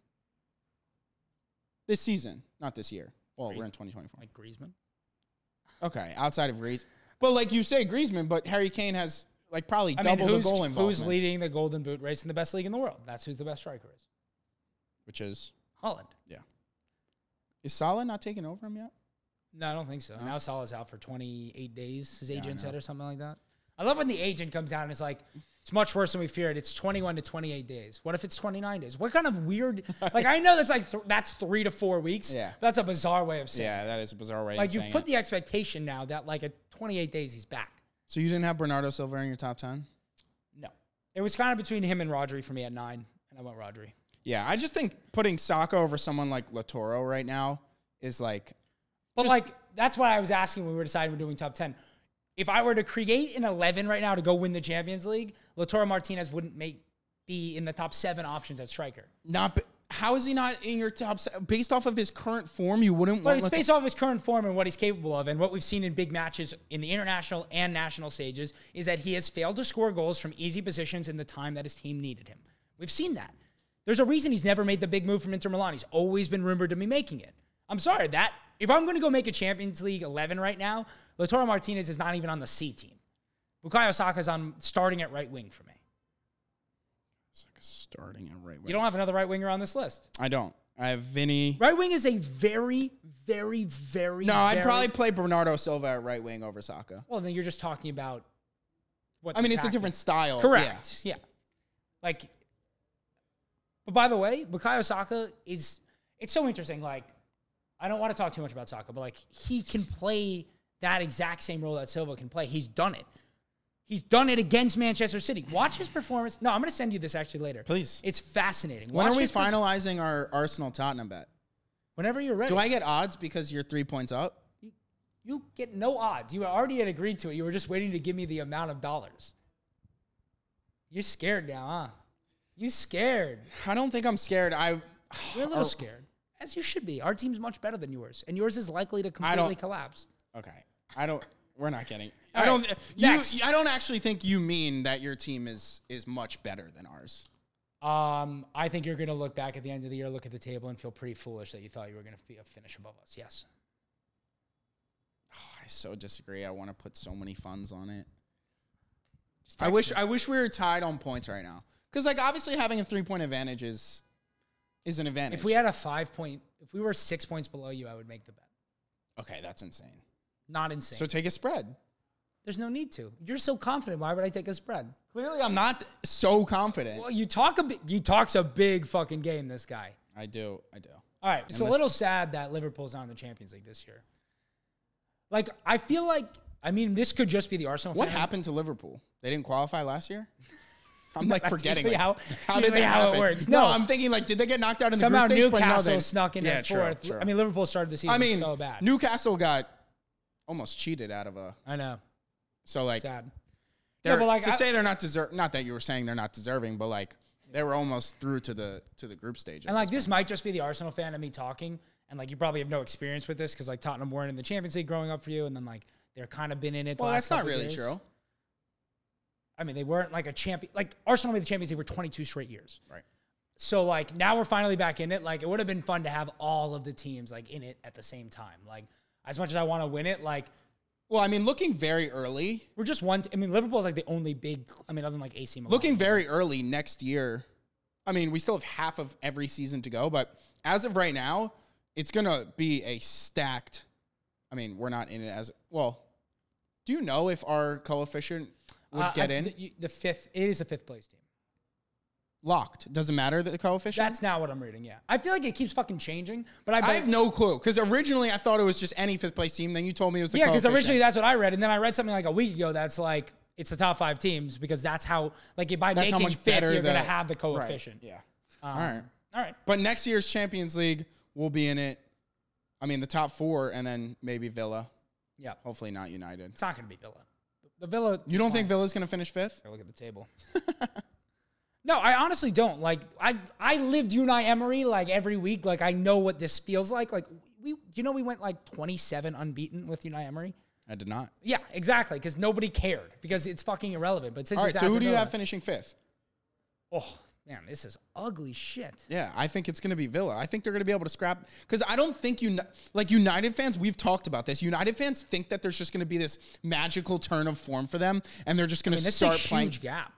[SPEAKER 1] This season, not this year. Well, we're in 2024.
[SPEAKER 2] Like Griezmann.
[SPEAKER 1] Okay, outside of Griezmann. But like you say, Griezmann, but Harry Kane has like probably
[SPEAKER 2] I mean,
[SPEAKER 1] double
[SPEAKER 2] who's,
[SPEAKER 1] the goal involvement.
[SPEAKER 2] who's leading the Golden Boot race in the best league in the world? That's who the best striker is.
[SPEAKER 1] Which is
[SPEAKER 2] Holland.
[SPEAKER 1] yeah. Is Salah not taking over him yet?
[SPEAKER 2] No, I don't think so. Now Salah's out for 28 days, his
[SPEAKER 1] know.
[SPEAKER 2] agent said, or something like that. I love when the agent comes out and is like, it's much worse than we feared. It's 21 to 28 days. What if it's 29 days? What kind of weird, like, I know that's like, th- that's three to four weeks.
[SPEAKER 1] Yeah.
[SPEAKER 2] That's a bizarre way of saying
[SPEAKER 1] Yeah, that is a bizarre way.
[SPEAKER 2] Like
[SPEAKER 1] of
[SPEAKER 2] you've
[SPEAKER 1] saying
[SPEAKER 2] put
[SPEAKER 1] it.
[SPEAKER 2] the expectation now that like at 28 days he's back.
[SPEAKER 1] so you didn't have Bernardo Silva in your top ten.
[SPEAKER 2] No, it was kind of between him and Rodri for me at nine, and I went Rodri.
[SPEAKER 1] Yeah, I just think putting Saka over someone like Latoro right now is like
[SPEAKER 2] But like that's why I was asking when we were deciding we're doing top 10. If I were to create an 11 right now to go win the Champions League, Lautaro Martinez wouldn't make be in the top seven options at striker.
[SPEAKER 1] not. b- How is he not in your top se- based off of his current form? You wouldn't.
[SPEAKER 2] But
[SPEAKER 1] want
[SPEAKER 2] it's
[SPEAKER 1] Lat-
[SPEAKER 2] based off his current form and what he's capable of, and what we've seen in big matches in the international and national stages is that he has failed to score goals from easy positions in the time that his team needed him. We've seen that. There's a reason he's never made the big move from Inter Milan. He's always been rumored to be making it. I'm sorry that if I'm going to go make a Champions League 11 right now, Lautaro Martinez is not even on the C team. Bukayo Saka's on starting at right wing for me.
[SPEAKER 1] It's like starting at right.
[SPEAKER 2] You don't have another right winger on this list.
[SPEAKER 1] I don't. I have Vinny.
[SPEAKER 2] Right wing is a very, very, very.
[SPEAKER 1] No, I'd
[SPEAKER 2] very-
[SPEAKER 1] probably play Bernardo Silva at right wing over Saka.
[SPEAKER 2] Well, then you're just talking about. What
[SPEAKER 1] I
[SPEAKER 2] the
[SPEAKER 1] mean, it's a
[SPEAKER 2] tactic-
[SPEAKER 1] different style.
[SPEAKER 2] Correct. Yeah. Like. But by the way, Bukayo Saka is. It's so interesting. Like, I don't want to talk too much about Saka, but like he can play that exact same role that Silva can play. He's done it. He's done it against Manchester City. Watch his performance. No, I'm going to send you this actually later.
[SPEAKER 1] Please.
[SPEAKER 2] It's fascinating.
[SPEAKER 1] When
[SPEAKER 2] Watch
[SPEAKER 1] are we
[SPEAKER 2] his perf-
[SPEAKER 1] finalizing our Arsenal Tottenham bet?
[SPEAKER 2] Whenever you're ready.
[SPEAKER 1] Do I get odds because you're three points up?
[SPEAKER 2] You get no odds. You already had agreed to it. You were just waiting to give me the amount of dollars. You're scared now, huh? You scared.
[SPEAKER 1] I don't think I'm scared. I
[SPEAKER 2] You're a little
[SPEAKER 1] Are-
[SPEAKER 2] scared, as you should be. Our team's much better than yours, and yours is likely to
[SPEAKER 1] I don't-
[SPEAKER 2] completely collapse.
[SPEAKER 1] okay. I don't. We're not getting.
[SPEAKER 2] All
[SPEAKER 1] I don't.
[SPEAKER 2] right, next.
[SPEAKER 1] You. I don't actually think you mean that your team is is much better than ours.
[SPEAKER 2] Um, I think you're going to look back at the end of the year, look at the table, and feel pretty foolish that you thought you were going to be a finish above us. Yes.
[SPEAKER 1] I so disagree. I want to put so many funds on it.
[SPEAKER 2] Just
[SPEAKER 1] I
[SPEAKER 2] text
[SPEAKER 1] wish
[SPEAKER 2] me.
[SPEAKER 1] I wish we were tied on points right now. Because like obviously having a three point advantage is is an advantage.
[SPEAKER 2] if we had a five point, if we were six points below you, I would make the bet.
[SPEAKER 1] okay, that's insane.
[SPEAKER 2] Not insane.
[SPEAKER 1] So take a spread.
[SPEAKER 2] There's no need to. You're so confident. Why would I take a spread?
[SPEAKER 1] Clearly, I'm not so confident.
[SPEAKER 2] Well, you talk a bi- you talks a big fucking game. This guy.
[SPEAKER 1] I do. I do.
[SPEAKER 2] All right, so a
[SPEAKER 1] this-
[SPEAKER 2] little sad that Liverpool's not in the Champions League this year. Like I feel like I mean this could just be the Arsenal.
[SPEAKER 1] What
[SPEAKER 2] fan.
[SPEAKER 1] happened to Liverpool? They didn't qualify last year. I'm like
[SPEAKER 2] That's
[SPEAKER 1] forgetting
[SPEAKER 2] usually
[SPEAKER 1] like,
[SPEAKER 2] how- that's usually how it
[SPEAKER 1] happen?
[SPEAKER 2] works.
[SPEAKER 1] No,
[SPEAKER 2] No.
[SPEAKER 1] I'm thinking like, did they get knocked out in
[SPEAKER 2] Somehow
[SPEAKER 1] the group stage? But no,
[SPEAKER 2] Newcastle
[SPEAKER 1] they-
[SPEAKER 2] snuck in
[SPEAKER 1] yeah,
[SPEAKER 2] at fourth.
[SPEAKER 1] True, true.
[SPEAKER 2] I mean Liverpool started the season
[SPEAKER 1] I mean,
[SPEAKER 2] so bad.
[SPEAKER 1] Newcastle got almost cheated out of a.
[SPEAKER 2] I know,
[SPEAKER 1] So like,
[SPEAKER 2] sad.
[SPEAKER 1] they're,
[SPEAKER 2] but, like,
[SPEAKER 1] to
[SPEAKER 2] I-
[SPEAKER 1] say they're not deserve. Not that you were saying they're not deserving, but like they were almost through to the to the group stage.
[SPEAKER 2] And like this might just be the Arsenal fan and me talking, and like you probably have no experience with this because like Tottenham weren't in the Champions League growing up for you, and then like they're kind of been in it. the
[SPEAKER 1] well,
[SPEAKER 2] last
[SPEAKER 1] that's not
[SPEAKER 2] couple
[SPEAKER 1] really
[SPEAKER 2] years.
[SPEAKER 1] true.
[SPEAKER 2] I mean, they weren't like a champion. Like Arsenal made the Champions League for 22 straight years.
[SPEAKER 1] Right.
[SPEAKER 2] So like now we're finally back in it. Like it would have been fun to have all of the teams like in it at the same time. Like as much as I want to win it, like
[SPEAKER 1] Well, I mean, looking very early,
[SPEAKER 2] we're just one. T- I mean, Liverpool's like the only big. I mean, other than like AC Milan.
[SPEAKER 1] looking very early next year. I mean, we still have half of every season to go, but as of right now, it's gonna be a stacked. I mean, we're not in it as well. Do you know if our coefficient would
[SPEAKER 2] Uh,
[SPEAKER 1] get
[SPEAKER 2] I-
[SPEAKER 1] in
[SPEAKER 2] The, you- the fifth. It is a fifth place team.
[SPEAKER 1] locked? Doesn't matter the coefficient.
[SPEAKER 2] That's not what I'm reading. Yeah, I feel like it keeps fucking changing. But I, bet,
[SPEAKER 1] I have no clue because originally I thought it was just any fifth place team. Then you told me it was the
[SPEAKER 2] yeah, because
[SPEAKER 1] coefficient.
[SPEAKER 2] originally that's what I read, and then I read something like a week ago that's like it's the top five teams because that's how like by
[SPEAKER 1] That's how
[SPEAKER 2] making
[SPEAKER 1] much
[SPEAKER 2] fifth
[SPEAKER 1] better
[SPEAKER 2] you're gonna
[SPEAKER 1] the-
[SPEAKER 2] have the
[SPEAKER 1] Right,
[SPEAKER 2] coefficient.
[SPEAKER 1] Yeah.
[SPEAKER 2] Um,
[SPEAKER 1] All right.
[SPEAKER 2] All right.
[SPEAKER 1] But next year's Champions League will be in it. I mean, the top four, and then maybe Villa.
[SPEAKER 2] Yeah.
[SPEAKER 1] Hopefully not United.
[SPEAKER 2] It's not gonna be Villa. The Villa.
[SPEAKER 1] You don't think Villa's going to finish fifth?
[SPEAKER 2] I look at the table. no, I honestly don't. Like I I lived Unai Emery like every week. Like I know what this feels like. Like we you know we went like 27 unbeaten with Unai Emery.
[SPEAKER 1] I did not.
[SPEAKER 2] Yeah, exactly, cuz nobody cared because it's fucking irrelevant. But since
[SPEAKER 1] All right.
[SPEAKER 2] it's
[SPEAKER 1] So who do you have
[SPEAKER 2] Aston
[SPEAKER 1] finishing fifth?
[SPEAKER 2] Villa- Oh, man, this is ugly shit.
[SPEAKER 1] Yeah, I think it's going to be Villa. I think they're going to be able to scrap because I don't think you like United fans. We've talked about this. United fans think that there's just going to be this magical turn of form for them, and they're just going to
[SPEAKER 2] And this
[SPEAKER 1] start
[SPEAKER 2] is a
[SPEAKER 1] playing.
[SPEAKER 2] huge gap.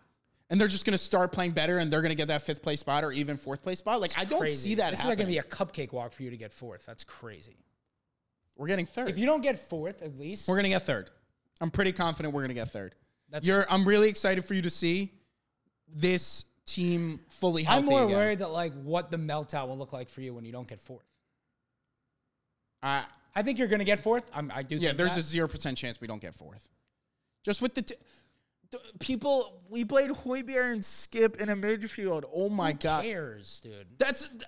[SPEAKER 1] and they're just going to start playing better and they're going to get that fifth place spot or even fourth place spot. Like I don't
[SPEAKER 2] Crazy.
[SPEAKER 1] see that happening.
[SPEAKER 2] This is like going to be a cupcake walk for you to get fourth. That's crazy.
[SPEAKER 1] we're getting third.
[SPEAKER 2] If you don't get fourth at least,
[SPEAKER 1] we're going to get third. I'm pretty confident we're going to get third.
[SPEAKER 2] That's-
[SPEAKER 1] You're, I'm really excited for you to see this team fully healthy.
[SPEAKER 2] I'm more
[SPEAKER 1] again.
[SPEAKER 2] worried that like what the meltdown will look like for you when you don't get fourth.
[SPEAKER 1] I,
[SPEAKER 2] I think you're going to get fourth. I'm, I do.
[SPEAKER 1] yeah,
[SPEAKER 2] think
[SPEAKER 1] there's
[SPEAKER 2] that.
[SPEAKER 1] a zero percent chance we don't get fourth. Just with the t- d- people, we played Hoybier and Skip in a midfield. Oh my god,
[SPEAKER 2] cares, dude.
[SPEAKER 1] that's th-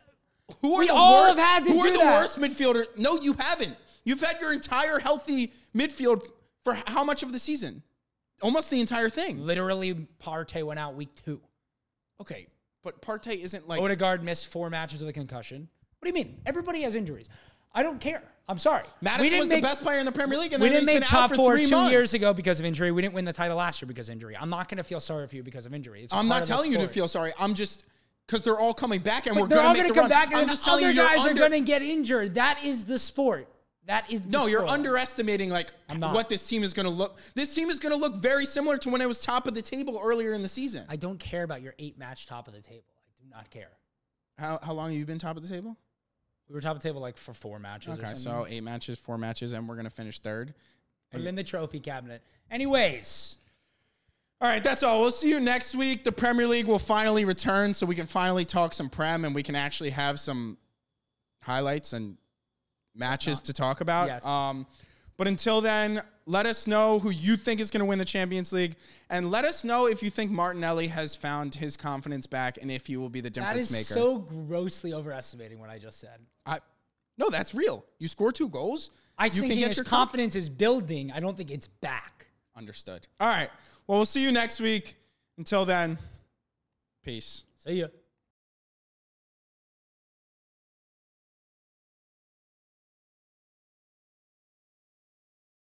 [SPEAKER 1] who are
[SPEAKER 2] We
[SPEAKER 1] the
[SPEAKER 2] all
[SPEAKER 1] worst,
[SPEAKER 2] have had to
[SPEAKER 1] who are
[SPEAKER 2] do
[SPEAKER 1] the
[SPEAKER 2] that.
[SPEAKER 1] worst midfielder? No, you haven't. You've had your entire healthy midfield for h- how much of the season? Almost the entire thing.
[SPEAKER 2] Literally, Partey went out week two.
[SPEAKER 1] Okay, but Partey isn't like
[SPEAKER 2] Odegaard missed four matches with a concussion. What do you mean? Everybody has injuries. I don't care. I'm sorry. we
[SPEAKER 1] Madison
[SPEAKER 2] didn't
[SPEAKER 1] was
[SPEAKER 2] make,
[SPEAKER 1] the best player in the Premier League, and
[SPEAKER 2] We
[SPEAKER 1] then
[SPEAKER 2] didn't
[SPEAKER 1] he's
[SPEAKER 2] make
[SPEAKER 1] been out
[SPEAKER 2] top
[SPEAKER 1] for
[SPEAKER 2] four
[SPEAKER 1] three
[SPEAKER 2] two
[SPEAKER 1] months.
[SPEAKER 2] years ago because of injury. We didn't win the title last year because of injury. I'm not going to feel sorry for you because of injury. It's
[SPEAKER 1] I'm
[SPEAKER 2] part
[SPEAKER 1] not
[SPEAKER 2] of the
[SPEAKER 1] telling you to
[SPEAKER 2] sport.
[SPEAKER 1] feel sorry. I'm just because they're all coming back, and
[SPEAKER 2] But
[SPEAKER 1] we're
[SPEAKER 2] they're
[SPEAKER 1] gonna
[SPEAKER 2] all
[SPEAKER 1] make
[SPEAKER 2] going to
[SPEAKER 1] the run.
[SPEAKER 2] come back,
[SPEAKER 1] I'm
[SPEAKER 2] and
[SPEAKER 1] just
[SPEAKER 2] the
[SPEAKER 1] telling
[SPEAKER 2] other
[SPEAKER 1] you,
[SPEAKER 2] guys
[SPEAKER 1] you're
[SPEAKER 2] are
[SPEAKER 1] under-
[SPEAKER 2] going to get injured. That is the sport. That is the
[SPEAKER 1] No, you're
[SPEAKER 2] sport.
[SPEAKER 1] underestimating like
[SPEAKER 2] not.
[SPEAKER 1] what this team is going to look. This team is going to look very similar to when it was top of the table earlier in the season.
[SPEAKER 2] I don't care about your eight match top of the table. I do not care.
[SPEAKER 1] How how long have you been top of the table?
[SPEAKER 2] We were top of the table like for four matches.
[SPEAKER 1] Okay,
[SPEAKER 2] or something.
[SPEAKER 1] so eight matches, four matches, and we're gonna finish third.
[SPEAKER 2] put it in the trophy cabinet. Anyways,
[SPEAKER 1] All right, that's all. We'll see you next week. The Premier League will finally return, so we can finally talk some Prem and we can actually have some highlights and matches to talk about.
[SPEAKER 2] Yes.
[SPEAKER 1] Um, but until then, let us know who you think is going to win the Champions League, and let us know if you think Martinelli has found his confidence back and if he will be the
[SPEAKER 2] that
[SPEAKER 1] difference
[SPEAKER 2] is
[SPEAKER 1] maker.
[SPEAKER 2] so grossly overestimating what I just said.
[SPEAKER 1] I, no, that's real. You score two goals.
[SPEAKER 2] I
[SPEAKER 1] you
[SPEAKER 2] think his
[SPEAKER 1] conf-
[SPEAKER 2] confidence is building. I don't think it's back.
[SPEAKER 1] Understood. All right. Well, we'll see you next week. Until then, peace.
[SPEAKER 2] See ya.